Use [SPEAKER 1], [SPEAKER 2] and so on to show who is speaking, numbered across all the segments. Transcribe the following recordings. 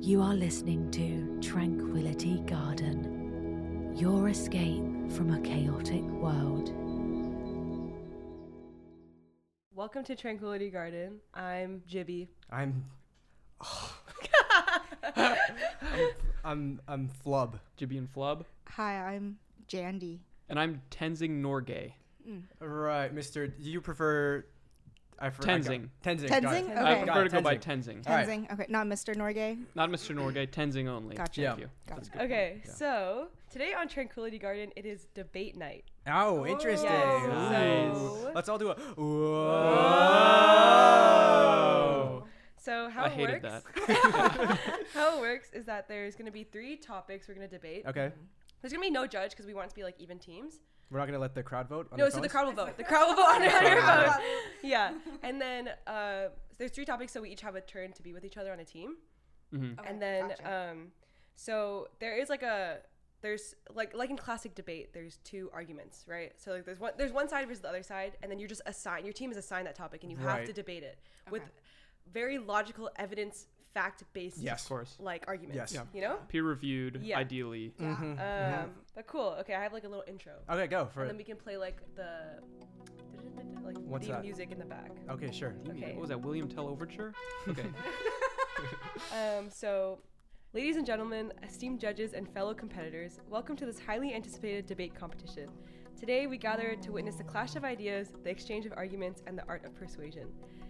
[SPEAKER 1] You are listening to Tranquility Garden, your escape from a chaotic world.
[SPEAKER 2] Welcome to Tranquility Garden. I'm Jibby.
[SPEAKER 3] I'm. I'm I'm flub.
[SPEAKER 4] Jibby and Flub.
[SPEAKER 5] Hi, I'm Jandy.
[SPEAKER 4] And I'm Tenzing Norgay.
[SPEAKER 3] Right, Mister. Do you prefer? I for, I got-
[SPEAKER 4] Tenzing.
[SPEAKER 3] Tenzing. got it.
[SPEAKER 5] Tenzing?
[SPEAKER 4] I
[SPEAKER 5] Okay.
[SPEAKER 4] prefer to go by Tenzing.
[SPEAKER 3] All right.
[SPEAKER 5] Tenzing. Okay, not Mr. Norgay.
[SPEAKER 4] Not Mr. Norgay, Tenzing only.
[SPEAKER 5] Gotcha.
[SPEAKER 3] Yeah.
[SPEAKER 4] Thank you.
[SPEAKER 5] Gotcha.
[SPEAKER 4] That's good.
[SPEAKER 2] Okay, so today on Tranquility Garden, it is debate night.
[SPEAKER 3] Oh, interesting.
[SPEAKER 2] Yes,
[SPEAKER 3] Ooh.
[SPEAKER 2] so-
[SPEAKER 3] Let's all do a.
[SPEAKER 2] Whoa.
[SPEAKER 3] Whoa.
[SPEAKER 2] So how
[SPEAKER 4] I
[SPEAKER 2] it
[SPEAKER 4] hated
[SPEAKER 2] works,
[SPEAKER 4] that.
[SPEAKER 2] how it works is that there's going to be three topics we're going to debate.
[SPEAKER 3] Okay,
[SPEAKER 2] There's going to be no judge because we want it to be like even teams.
[SPEAKER 3] we're not gonna let the crowd vote. On
[SPEAKER 2] no,
[SPEAKER 3] their
[SPEAKER 2] so the
[SPEAKER 3] phones?
[SPEAKER 2] crowd will vote. The crowd will vote on their
[SPEAKER 3] Okay.
[SPEAKER 2] vote. Yeah, and then uh, there's three topics, so we each have a turn to be with each other on a team.
[SPEAKER 3] Mm-hmm.
[SPEAKER 4] Mhm.
[SPEAKER 2] and then um so there is like a there's like like in classic debate there's two arguments right so like there's one there's one side versus the other side and then you're just assigned your team is assigned that topic and you have
[SPEAKER 3] Right.
[SPEAKER 2] to debate it with very logical evidence fact based
[SPEAKER 3] Yes.
[SPEAKER 4] Of course.
[SPEAKER 2] like arguments
[SPEAKER 3] Yes. Yeah. Mm-hmm.
[SPEAKER 2] you know
[SPEAKER 4] Peer reviewed,
[SPEAKER 2] Yeah.
[SPEAKER 4] ideally.
[SPEAKER 2] um but cool okay i have like a little intro
[SPEAKER 3] Okay, go for
[SPEAKER 2] and then
[SPEAKER 3] it.
[SPEAKER 2] we can play like the like
[SPEAKER 3] What's
[SPEAKER 2] the
[SPEAKER 3] that?
[SPEAKER 2] music in the back
[SPEAKER 3] Okay, sure.
[SPEAKER 2] Okay.
[SPEAKER 4] What was that, William Tell Overture? Okay.
[SPEAKER 2] Um, so, ladies and gentlemen, esteemed judges and fellow competitors, welcome to this highly anticipated debate competition. Today, we gather to witness the clash of ideas, the exchange of arguments, and the art of persuasion.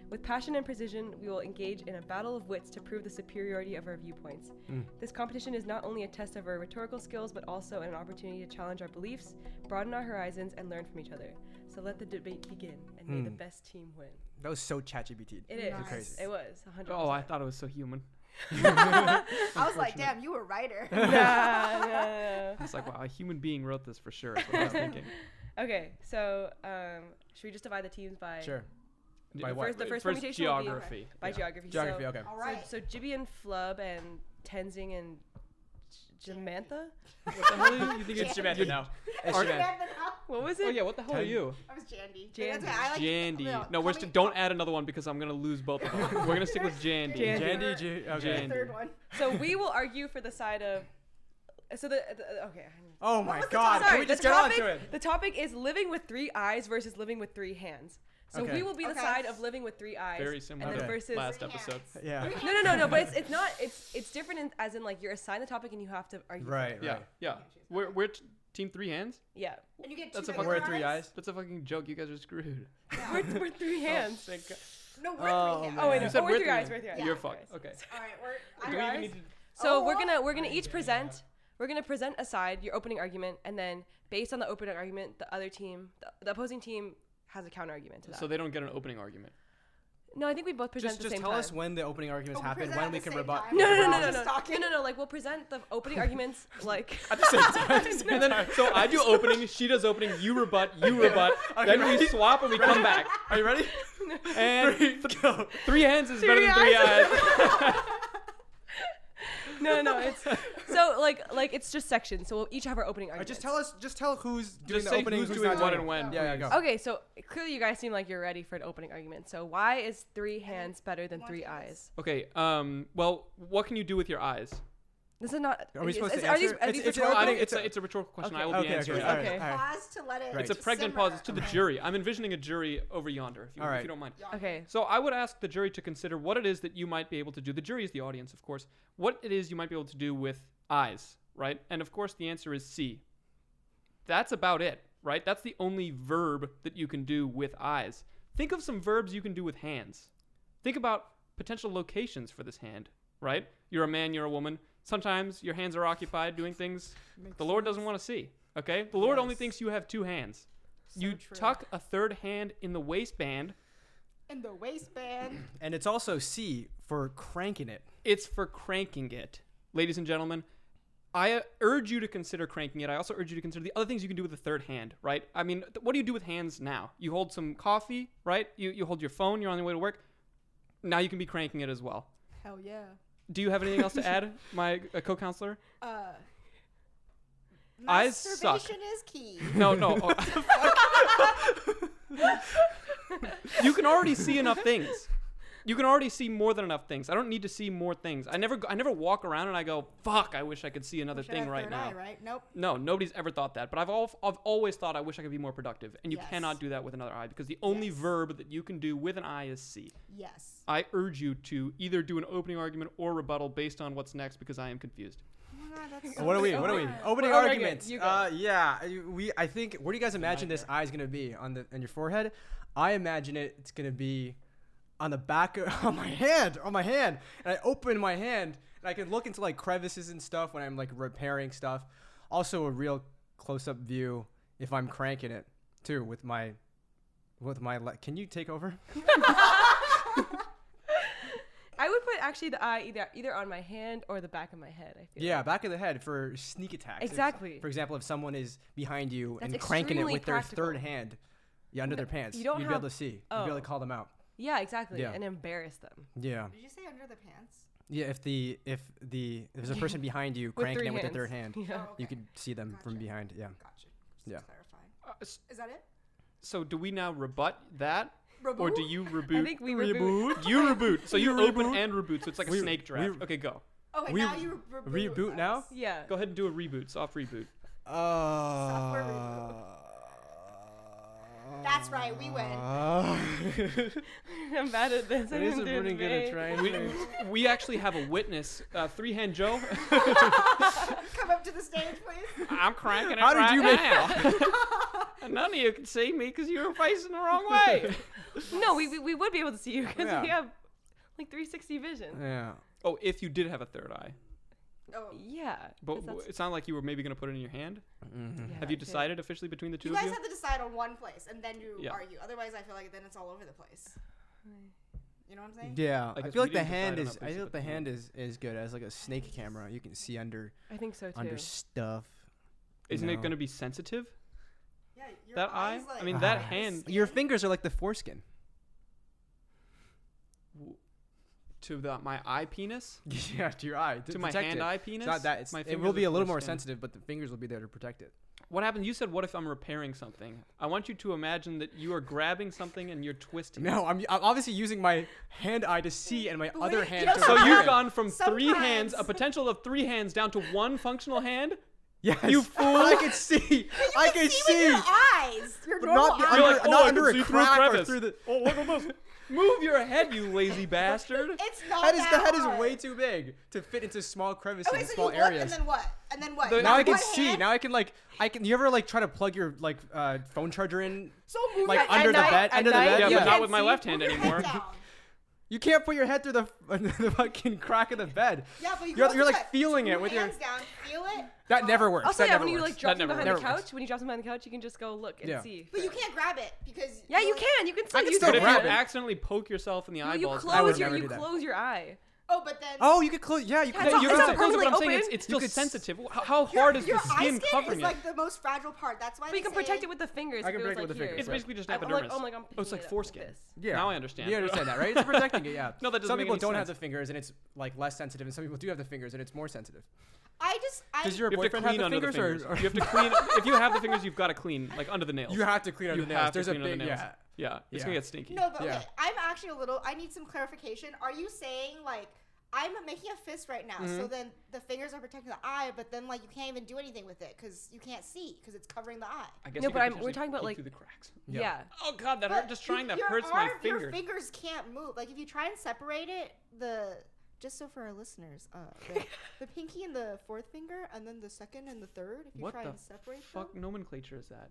[SPEAKER 2] With passion and precision, we will engage in a battle of wits to prove the superiority of our viewpoints.
[SPEAKER 3] Hmm.
[SPEAKER 2] This competition is not only a test of our rhetorical skills, but also an opportunity to challenge our beliefs, broaden our horizons, and learn from each other. So let the debate begin, and
[SPEAKER 3] Hmm.
[SPEAKER 2] may the best team win.
[SPEAKER 3] That was so ChatGPT.
[SPEAKER 2] It is.
[SPEAKER 5] Nice.
[SPEAKER 3] Crazy.
[SPEAKER 2] It was 100.
[SPEAKER 4] Oh, I thought it was so human.
[SPEAKER 5] I was like, damn, you were writer.
[SPEAKER 2] Nah, nah, nah.
[SPEAKER 4] I was like, wow, a human being wrote this for sure. Is what I was thinking.
[SPEAKER 2] Okay, so um, should we just divide the teams by
[SPEAKER 3] Sure.
[SPEAKER 4] The
[SPEAKER 3] By what?
[SPEAKER 2] first- the first permutation will be-
[SPEAKER 4] geography.
[SPEAKER 2] by
[SPEAKER 4] Yeah.
[SPEAKER 2] geography?
[SPEAKER 3] Geography.
[SPEAKER 2] So,
[SPEAKER 3] Okay.
[SPEAKER 5] All
[SPEAKER 2] so-
[SPEAKER 5] right.
[SPEAKER 2] So, Jibby and Flub and Tenzing and J- Jamantha.
[SPEAKER 4] What the hell do you think it's
[SPEAKER 3] Jamantha,
[SPEAKER 4] now?
[SPEAKER 3] It's
[SPEAKER 4] Are-
[SPEAKER 3] Jamantha.
[SPEAKER 2] What was it?
[SPEAKER 4] Oh yeah, what the hell are
[SPEAKER 3] Ten-
[SPEAKER 4] you?
[SPEAKER 5] I was Jandy.
[SPEAKER 2] Jandy.
[SPEAKER 5] That's why I like,
[SPEAKER 4] Jandy. No, we're
[SPEAKER 5] call
[SPEAKER 4] st-
[SPEAKER 5] me-
[SPEAKER 4] don't add another one because I'm gonna lose both of them. we're gonna stick with Jandy.
[SPEAKER 2] Jandy.
[SPEAKER 3] Jandy. J- okay.
[SPEAKER 4] Jandy.
[SPEAKER 5] Third one.
[SPEAKER 2] So we will argue for the side of. So the, the uh, okay.
[SPEAKER 3] Oh my God! Can we just
[SPEAKER 2] the
[SPEAKER 3] get on
[SPEAKER 2] topic,
[SPEAKER 3] to it?
[SPEAKER 2] The topic is living with three eyes versus living with three hands. So
[SPEAKER 3] Okay.
[SPEAKER 2] we will be the
[SPEAKER 5] Okay.
[SPEAKER 2] side of living with three eyes.
[SPEAKER 4] Very similar
[SPEAKER 2] And then
[SPEAKER 3] Okay.
[SPEAKER 2] versus
[SPEAKER 4] last
[SPEAKER 5] Three
[SPEAKER 4] episode.
[SPEAKER 5] hands.
[SPEAKER 3] Yeah.
[SPEAKER 2] No, no, no, no. But it's, it's not. It's it's different in, as in like you're assigned the topic and you have to argue. for
[SPEAKER 3] Right.
[SPEAKER 2] it.
[SPEAKER 4] Yeah,
[SPEAKER 3] right.
[SPEAKER 4] yeah. We're, we're t- team three hands.
[SPEAKER 2] Yeah.
[SPEAKER 5] And you get
[SPEAKER 4] That's
[SPEAKER 5] two
[SPEAKER 4] a
[SPEAKER 5] other
[SPEAKER 4] fucking- We're
[SPEAKER 3] We're three eyes.
[SPEAKER 4] That's a fucking joke. You guys are screwed.
[SPEAKER 2] We're, we're three hands.
[SPEAKER 4] Thank God.
[SPEAKER 5] No, we're
[SPEAKER 3] Oh,
[SPEAKER 5] three hands.
[SPEAKER 3] man.
[SPEAKER 2] Oh, wait,
[SPEAKER 3] You
[SPEAKER 2] no.
[SPEAKER 4] said
[SPEAKER 2] oh,
[SPEAKER 4] we're
[SPEAKER 2] we're three
[SPEAKER 4] three.
[SPEAKER 2] eyes. We're three eyes.
[SPEAKER 4] You're
[SPEAKER 2] we're
[SPEAKER 4] fucked.
[SPEAKER 2] three eyes.
[SPEAKER 4] Okay.
[SPEAKER 5] All right, we're.
[SPEAKER 4] Do
[SPEAKER 5] I
[SPEAKER 4] we
[SPEAKER 5] got
[SPEAKER 4] even
[SPEAKER 2] guys?
[SPEAKER 4] need to?
[SPEAKER 2] So
[SPEAKER 5] Oh,
[SPEAKER 2] we're
[SPEAKER 5] what?
[SPEAKER 2] gonna we're gonna each present. We're gonna present aside your opening argument, and then based on the opening argument, the other team, the, the opposing team, has a counter argument to that.
[SPEAKER 4] So they don't get an opening argument.
[SPEAKER 2] no, I think we both present
[SPEAKER 3] Just
[SPEAKER 2] at
[SPEAKER 3] just
[SPEAKER 2] the same
[SPEAKER 3] tell
[SPEAKER 2] time.
[SPEAKER 3] us when the opening arguments
[SPEAKER 5] Oh, we
[SPEAKER 3] happen,
[SPEAKER 5] present
[SPEAKER 3] when
[SPEAKER 5] at
[SPEAKER 3] we
[SPEAKER 5] the
[SPEAKER 3] can
[SPEAKER 5] same
[SPEAKER 3] rebut.
[SPEAKER 5] time.
[SPEAKER 2] no, no, no, no,
[SPEAKER 5] We're all
[SPEAKER 2] no,
[SPEAKER 5] just
[SPEAKER 2] no,
[SPEAKER 5] talking.
[SPEAKER 2] no, no, Like we'll present the opening arguments, like
[SPEAKER 4] And then, so I do opening, she does opening, you rebut, you rebut, then we swap and we come back.
[SPEAKER 3] Are you ready?
[SPEAKER 4] And
[SPEAKER 3] Three, go.
[SPEAKER 4] three hands is better than three eyes.
[SPEAKER 2] no, no. It's so like like it's just sections. So we'll each have our opening argument.
[SPEAKER 3] Just tell us. Just tell who's doing
[SPEAKER 4] Just
[SPEAKER 3] the
[SPEAKER 4] say
[SPEAKER 3] opening,
[SPEAKER 4] who's
[SPEAKER 3] who's
[SPEAKER 4] doing
[SPEAKER 3] not
[SPEAKER 4] what
[SPEAKER 3] doing
[SPEAKER 4] and
[SPEAKER 3] it.
[SPEAKER 4] when.
[SPEAKER 3] Yeah, yeah,
[SPEAKER 4] please.
[SPEAKER 3] go.
[SPEAKER 2] Okay, so clearly you guys seem like you're ready for an opening argument. So why is three hands better than three eyes?
[SPEAKER 4] Okay. Um. Well, what can you do with your eyes?
[SPEAKER 2] This is not.
[SPEAKER 3] Are we
[SPEAKER 2] is-
[SPEAKER 3] supposed
[SPEAKER 2] is-
[SPEAKER 3] to
[SPEAKER 2] are these,
[SPEAKER 3] answer?
[SPEAKER 2] are
[SPEAKER 3] It's-
[SPEAKER 2] these
[SPEAKER 3] it's an
[SPEAKER 2] rhetorical?
[SPEAKER 4] I
[SPEAKER 3] opening-
[SPEAKER 4] think it's a
[SPEAKER 3] Okay.
[SPEAKER 4] it's a rhetorical question.
[SPEAKER 3] Okay,
[SPEAKER 4] I will be
[SPEAKER 3] okay,
[SPEAKER 4] answering.
[SPEAKER 3] okay,
[SPEAKER 4] it.
[SPEAKER 3] all right,
[SPEAKER 2] Okay.
[SPEAKER 3] all right.
[SPEAKER 5] Pause to let it.
[SPEAKER 3] Right.
[SPEAKER 4] It's a
[SPEAKER 5] just
[SPEAKER 4] pregnant
[SPEAKER 5] simmer.
[SPEAKER 4] pause. It's to the jury. I'm envisioning a jury over yonder, if you,
[SPEAKER 3] All
[SPEAKER 4] if
[SPEAKER 3] right.
[SPEAKER 4] you don't mind.
[SPEAKER 2] Okay.
[SPEAKER 4] So I would ask the jury to consider what it is that you might be able to do. The jury is the audience, of course. What it is you might be able to do with eyes, right? And of course, the answer is C. That's about it, right? That's the only verb that you can do with eyes. Think of some verbs you can do with hands. Think about potential locations for this hand, right? You're a man, you're a woman. Sometimes your hands are occupied doing things the Lord doesn't want to see, okay? The Lord only thinks you have two hands. you tuck a third hand in the waistband
[SPEAKER 5] In the waistband.
[SPEAKER 3] And it's also C for cranking it.
[SPEAKER 4] it's for cranking it. Ladies and gentlemen, I uh, urge you to consider cranking it. I also urge you to consider the other things you can do with the third hand, right? I mean, th- what do you do with hands now? You hold some coffee, right? You, you hold your phone, you're on the way to work. Now you can be cranking it as well.
[SPEAKER 5] Hell yeah.
[SPEAKER 4] Do you have anything else to add, my uh, co counselor?
[SPEAKER 5] Uh.
[SPEAKER 4] Eyes suck.
[SPEAKER 5] Masturbation is key.
[SPEAKER 4] No, no. oh, you can already see enough things. you can already see more than enough things. I don't need to see more things. I never, go- I never walk around and I go, "Fuck, I wish I could see another
[SPEAKER 5] Should
[SPEAKER 4] thing
[SPEAKER 5] have
[SPEAKER 4] right
[SPEAKER 5] third
[SPEAKER 4] now."
[SPEAKER 5] eye, right? Nope.
[SPEAKER 4] No, nobody's ever thought that. But I've, al- I've always thought I wish I could be more productive. And you
[SPEAKER 5] Yes.
[SPEAKER 4] cannot do that with another eye because the only
[SPEAKER 5] Yes.
[SPEAKER 4] verb that you can do with an eye is see.
[SPEAKER 5] Yes.
[SPEAKER 4] I urge you to either do an opening argument or rebuttal based on what's next because I am confused.
[SPEAKER 5] Oh my God, that's
[SPEAKER 3] Oh, what are we?
[SPEAKER 5] so
[SPEAKER 3] What are we?
[SPEAKER 5] hard.
[SPEAKER 3] Opening
[SPEAKER 2] Well, okay,
[SPEAKER 3] arguments.
[SPEAKER 2] you go.
[SPEAKER 3] Uh, yeah, I- we. I think. Where do you guys imagine this
[SPEAKER 4] nightmare.
[SPEAKER 3] eye is gonna be on the on your forehead? I imagine it. It's gonna be on the back of on my hand. On my hand, and I open my hand, and I can look into like crevices and stuff when I'm like repairing stuff. Also, a real close-up view if I'm cranking it too with my with my. Le- can you take over?
[SPEAKER 2] I would put actually the eye either either on my hand or the back of my head. I feel.
[SPEAKER 3] Yeah, back of the head for sneak attacks. If-
[SPEAKER 2] Exactly.
[SPEAKER 3] for example, if someone is behind you
[SPEAKER 2] That's
[SPEAKER 3] and cranking it
[SPEAKER 2] extremely
[SPEAKER 3] with
[SPEAKER 2] practical.
[SPEAKER 3] their third hand, yeah, under
[SPEAKER 2] No,
[SPEAKER 3] their pants,
[SPEAKER 2] you don't
[SPEAKER 3] would
[SPEAKER 2] have-
[SPEAKER 3] be able to see. You'd be able
[SPEAKER 2] Oh.
[SPEAKER 3] to call them out.
[SPEAKER 2] Yeah, exactly.
[SPEAKER 3] Yeah.
[SPEAKER 2] And embarrass them.
[SPEAKER 3] Yeah,
[SPEAKER 5] Did you say under the pants?
[SPEAKER 3] yeah. If the if the if there's a person behind you
[SPEAKER 2] With
[SPEAKER 3] cranking
[SPEAKER 2] three
[SPEAKER 3] it with their
[SPEAKER 2] hands.
[SPEAKER 3] third hand,
[SPEAKER 2] Yeah.
[SPEAKER 5] Oh,
[SPEAKER 3] you
[SPEAKER 5] okay.
[SPEAKER 3] could see them from
[SPEAKER 5] Gotcha.
[SPEAKER 3] behind. Yeah.
[SPEAKER 5] Gotcha. Just
[SPEAKER 3] Yeah.
[SPEAKER 5] clarifying.
[SPEAKER 4] Uh, s-
[SPEAKER 5] Is that it?
[SPEAKER 4] so do we now rebut that, or
[SPEAKER 5] Reboot?
[SPEAKER 4] do you
[SPEAKER 2] I
[SPEAKER 4] reboot?
[SPEAKER 2] think we reboot.
[SPEAKER 4] you reboot. So you
[SPEAKER 3] We
[SPEAKER 4] open
[SPEAKER 3] reboot.
[SPEAKER 4] and reboot. So it's like a
[SPEAKER 3] We-
[SPEAKER 4] snake draft.
[SPEAKER 3] we-
[SPEAKER 4] okay, go.
[SPEAKER 5] Oh wait,
[SPEAKER 3] we
[SPEAKER 5] now you re- reboot.
[SPEAKER 3] reboot
[SPEAKER 5] us.
[SPEAKER 3] now?
[SPEAKER 2] Yeah.
[SPEAKER 4] Go ahead and do a reboot, soft reboot.
[SPEAKER 5] Software reboot. That's right, we win.
[SPEAKER 2] I'm bad at this. I
[SPEAKER 3] It is
[SPEAKER 2] didn't
[SPEAKER 3] a
[SPEAKER 2] do it
[SPEAKER 3] pretty good
[SPEAKER 2] today.
[SPEAKER 3] at trying
[SPEAKER 4] We,
[SPEAKER 3] things.
[SPEAKER 4] we actually have a witness, uh, Three Hand Joe.
[SPEAKER 5] Come up to the stage, please.
[SPEAKER 4] I'm cranking it
[SPEAKER 3] How did
[SPEAKER 4] right
[SPEAKER 3] you
[SPEAKER 4] now. and none of you can see me because you were facing the wrong way.
[SPEAKER 2] No, we, we, we would be able to see you because we
[SPEAKER 3] Yeah.
[SPEAKER 2] have like 360 vision.
[SPEAKER 3] Yeah.
[SPEAKER 4] oh, if you did have a third eye,
[SPEAKER 5] Oh,
[SPEAKER 2] Yeah. 'cause
[SPEAKER 4] but
[SPEAKER 2] that's-
[SPEAKER 4] it sounded like you were maybe going to put it in your hand.
[SPEAKER 2] yeah,
[SPEAKER 3] Mm-hmm.
[SPEAKER 4] have you
[SPEAKER 2] that too.
[SPEAKER 4] decided officially between the two
[SPEAKER 5] you
[SPEAKER 4] of
[SPEAKER 5] guys
[SPEAKER 4] you?
[SPEAKER 5] have to decide on one place, and then you
[SPEAKER 4] Yeah.
[SPEAKER 5] argue. Otherwise, I feel like then it's all over the place. You know what I'm saying?
[SPEAKER 3] Yeah,
[SPEAKER 4] I
[SPEAKER 3] I
[SPEAKER 4] guess
[SPEAKER 3] feel
[SPEAKER 4] we
[SPEAKER 3] like the
[SPEAKER 4] didn't decide
[SPEAKER 3] hand
[SPEAKER 4] on
[SPEAKER 3] is.
[SPEAKER 4] that
[SPEAKER 3] I
[SPEAKER 4] piece
[SPEAKER 3] feel
[SPEAKER 4] of
[SPEAKER 3] like the
[SPEAKER 4] it.
[SPEAKER 3] hand is is good as like a snake camera. You can see under
[SPEAKER 2] I think so too.
[SPEAKER 3] under stuff.
[SPEAKER 4] Isn't it
[SPEAKER 3] No.
[SPEAKER 4] going to be sensitive?
[SPEAKER 5] Yeah. Your
[SPEAKER 4] That
[SPEAKER 5] eyes,
[SPEAKER 4] eye? I
[SPEAKER 5] like-
[SPEAKER 4] mean,
[SPEAKER 3] Ah.
[SPEAKER 4] that hand
[SPEAKER 3] Your fingers are like the foreskin.
[SPEAKER 4] w- to the, my eye penis,
[SPEAKER 3] yeah, to your eye. To,
[SPEAKER 4] to my
[SPEAKER 3] protect
[SPEAKER 4] hand
[SPEAKER 3] it.
[SPEAKER 4] eye penis.
[SPEAKER 3] It's not that. It's,
[SPEAKER 4] my
[SPEAKER 3] it
[SPEAKER 4] fingers
[SPEAKER 3] will
[SPEAKER 4] are
[SPEAKER 3] be a little more
[SPEAKER 4] foreskin.
[SPEAKER 3] sensitive, but the fingers will be there to protect it.
[SPEAKER 4] What happened? You said, "What if I'm repairing something?" I want you to imagine that you are grabbing something and you're twisting. it.
[SPEAKER 3] No, I'm, I'm obviously using my hand eye to see and my
[SPEAKER 5] But
[SPEAKER 3] other
[SPEAKER 5] wait,
[SPEAKER 3] hand.
[SPEAKER 5] you
[SPEAKER 3] to
[SPEAKER 4] So
[SPEAKER 3] repair
[SPEAKER 4] you've
[SPEAKER 3] it.
[SPEAKER 4] gone from three hands, a
[SPEAKER 5] Sometimes.
[SPEAKER 4] potential of three hands, down to one functional hand.
[SPEAKER 3] Yes.
[SPEAKER 4] You
[SPEAKER 3] fool! I could see. I could
[SPEAKER 5] See with
[SPEAKER 3] see.
[SPEAKER 5] your eyes. Your
[SPEAKER 3] But
[SPEAKER 5] normal
[SPEAKER 3] not the
[SPEAKER 5] eyes.
[SPEAKER 4] You're
[SPEAKER 3] Under-
[SPEAKER 4] like, oh,
[SPEAKER 3] not
[SPEAKER 4] I
[SPEAKER 3] under
[SPEAKER 4] can
[SPEAKER 3] a
[SPEAKER 4] see through
[SPEAKER 3] crack or
[SPEAKER 4] crevice.
[SPEAKER 3] through the-
[SPEAKER 4] Oh, look at this. Move your head, you lazy bastard.
[SPEAKER 5] It's not
[SPEAKER 3] That is
[SPEAKER 5] that
[SPEAKER 3] the head is
[SPEAKER 5] hard.
[SPEAKER 3] way too big to fit into small crevices,
[SPEAKER 5] Okay,
[SPEAKER 3] and
[SPEAKER 5] so
[SPEAKER 3] small
[SPEAKER 5] you look,
[SPEAKER 3] areas.
[SPEAKER 5] and then what? And then what?
[SPEAKER 4] The-
[SPEAKER 3] now I
[SPEAKER 5] With
[SPEAKER 3] can
[SPEAKER 5] one
[SPEAKER 3] see.
[SPEAKER 5] hand?
[SPEAKER 3] Now I can like I can. You ever like try to plug your like uh, phone charger in?
[SPEAKER 5] So
[SPEAKER 2] Oh,
[SPEAKER 5] move
[SPEAKER 3] like,
[SPEAKER 5] your head
[SPEAKER 3] under the
[SPEAKER 5] down.
[SPEAKER 3] bed-
[SPEAKER 2] at
[SPEAKER 3] under the
[SPEAKER 2] night,
[SPEAKER 3] bed?
[SPEAKER 4] yeah,
[SPEAKER 2] you
[SPEAKER 4] but not
[SPEAKER 2] can't
[SPEAKER 4] with my
[SPEAKER 2] see.
[SPEAKER 4] left hand
[SPEAKER 5] Move your head
[SPEAKER 4] anymore.
[SPEAKER 5] down.
[SPEAKER 3] You can't put your head through the the fucking crack of the bed.
[SPEAKER 5] Yeah, but you
[SPEAKER 3] You're-
[SPEAKER 5] can
[SPEAKER 3] you're,
[SPEAKER 5] also
[SPEAKER 3] like,
[SPEAKER 5] put
[SPEAKER 3] feeling
[SPEAKER 5] two
[SPEAKER 3] it with your-
[SPEAKER 5] hands down. Feel it.
[SPEAKER 3] That never works.
[SPEAKER 2] Also,
[SPEAKER 3] that
[SPEAKER 2] yeah,
[SPEAKER 3] never
[SPEAKER 2] when you
[SPEAKER 3] works.
[SPEAKER 2] like drop
[SPEAKER 4] never
[SPEAKER 2] them behind
[SPEAKER 3] works.
[SPEAKER 2] the
[SPEAKER 3] Never
[SPEAKER 2] couch,
[SPEAKER 3] works.
[SPEAKER 2] when you drop them behind the couch, you can just go look and
[SPEAKER 3] Yeah.
[SPEAKER 2] see.
[SPEAKER 5] But you can't grab it because
[SPEAKER 2] Yeah, you
[SPEAKER 5] you're-
[SPEAKER 2] can. You can still.
[SPEAKER 3] I can
[SPEAKER 2] you
[SPEAKER 3] still
[SPEAKER 4] But if you
[SPEAKER 3] grab it.
[SPEAKER 4] accidentally poke yourself in the
[SPEAKER 2] You, you
[SPEAKER 4] eyeballs,
[SPEAKER 3] I would
[SPEAKER 2] close your
[SPEAKER 3] never
[SPEAKER 2] you
[SPEAKER 3] do that.
[SPEAKER 2] close your eye.
[SPEAKER 5] Oh, but then
[SPEAKER 3] Oh, you could close. Yeah, you could.
[SPEAKER 5] That's
[SPEAKER 3] close-
[SPEAKER 5] all-
[SPEAKER 3] you
[SPEAKER 4] you can
[SPEAKER 2] it's
[SPEAKER 4] still
[SPEAKER 2] not
[SPEAKER 4] close it, but I'm
[SPEAKER 2] permanently
[SPEAKER 4] saying it's,
[SPEAKER 2] open.
[SPEAKER 3] You
[SPEAKER 4] it's still
[SPEAKER 3] could s-
[SPEAKER 4] sensitive. How, how hard is the
[SPEAKER 5] your eye
[SPEAKER 4] skin covering
[SPEAKER 5] is
[SPEAKER 4] it?
[SPEAKER 5] like the most fragile part. That's why
[SPEAKER 2] But
[SPEAKER 5] they
[SPEAKER 2] you can
[SPEAKER 5] say
[SPEAKER 2] protect it with the fingers.
[SPEAKER 3] I
[SPEAKER 2] if
[SPEAKER 3] can
[SPEAKER 2] it was,
[SPEAKER 3] break it
[SPEAKER 2] like
[SPEAKER 3] with the
[SPEAKER 2] here.
[SPEAKER 3] fingers.
[SPEAKER 4] it's
[SPEAKER 3] Right.
[SPEAKER 4] basically just
[SPEAKER 2] I'm like,
[SPEAKER 4] epidermis.
[SPEAKER 2] oh my god, I'm
[SPEAKER 4] oh,
[SPEAKER 2] picking
[SPEAKER 4] it's like
[SPEAKER 2] it up with
[SPEAKER 4] foreskin.
[SPEAKER 2] this.
[SPEAKER 3] Yeah.
[SPEAKER 4] Now I understand.
[SPEAKER 3] You understand that, right? It's protecting it, yeah.
[SPEAKER 4] No, that doesn't
[SPEAKER 3] Some
[SPEAKER 4] make
[SPEAKER 3] people
[SPEAKER 4] any
[SPEAKER 3] don't have
[SPEAKER 4] sense.
[SPEAKER 3] the fingers and it's like less sensitive and some people do have the fingers and it's more sensitive.
[SPEAKER 5] I just I
[SPEAKER 3] Does your
[SPEAKER 4] You have to
[SPEAKER 3] boyfriend have
[SPEAKER 4] clean
[SPEAKER 3] the
[SPEAKER 4] under the
[SPEAKER 3] fingers,
[SPEAKER 4] fingers.
[SPEAKER 3] or, or
[SPEAKER 4] You have to clean. If you have the fingers, you've got to clean like under the nails.
[SPEAKER 3] You have to clean out
[SPEAKER 4] Oh, You
[SPEAKER 3] the nails.
[SPEAKER 4] have to
[SPEAKER 3] There's a
[SPEAKER 4] clean under the
[SPEAKER 3] big
[SPEAKER 4] nails.
[SPEAKER 3] yeah.
[SPEAKER 4] Yeah,
[SPEAKER 3] Yeah.
[SPEAKER 4] it's gonna get stinky.
[SPEAKER 5] no, but
[SPEAKER 3] Yeah.
[SPEAKER 5] okay, I'm actually a little. I need some clarification. Are you saying like I'm making a fist right now?
[SPEAKER 3] Mm-hmm.
[SPEAKER 5] So then the fingers are protecting the eye, but then like you can't even do anything with it because you can't see because it's covering the eye.
[SPEAKER 4] I guess
[SPEAKER 2] No,
[SPEAKER 4] you
[SPEAKER 2] but
[SPEAKER 4] could
[SPEAKER 2] I'm-
[SPEAKER 4] just
[SPEAKER 2] we're talking about,
[SPEAKER 4] peek
[SPEAKER 2] like-
[SPEAKER 4] through the cracks.
[SPEAKER 3] Yeah.
[SPEAKER 2] Yeah.
[SPEAKER 4] Oh god, that
[SPEAKER 5] But
[SPEAKER 4] hurt just
[SPEAKER 5] you-
[SPEAKER 4] trying that
[SPEAKER 5] your
[SPEAKER 4] hurts my
[SPEAKER 5] arm-
[SPEAKER 4] finger.
[SPEAKER 5] Your fingers can't move. Like if you try and separate it, the just so for our listeners, uh, the, the pinky and the fourth finger, and then the second and the third. If you
[SPEAKER 4] What
[SPEAKER 5] try
[SPEAKER 4] the
[SPEAKER 5] and separate
[SPEAKER 4] Fuck
[SPEAKER 5] them,
[SPEAKER 4] nomenclature is that?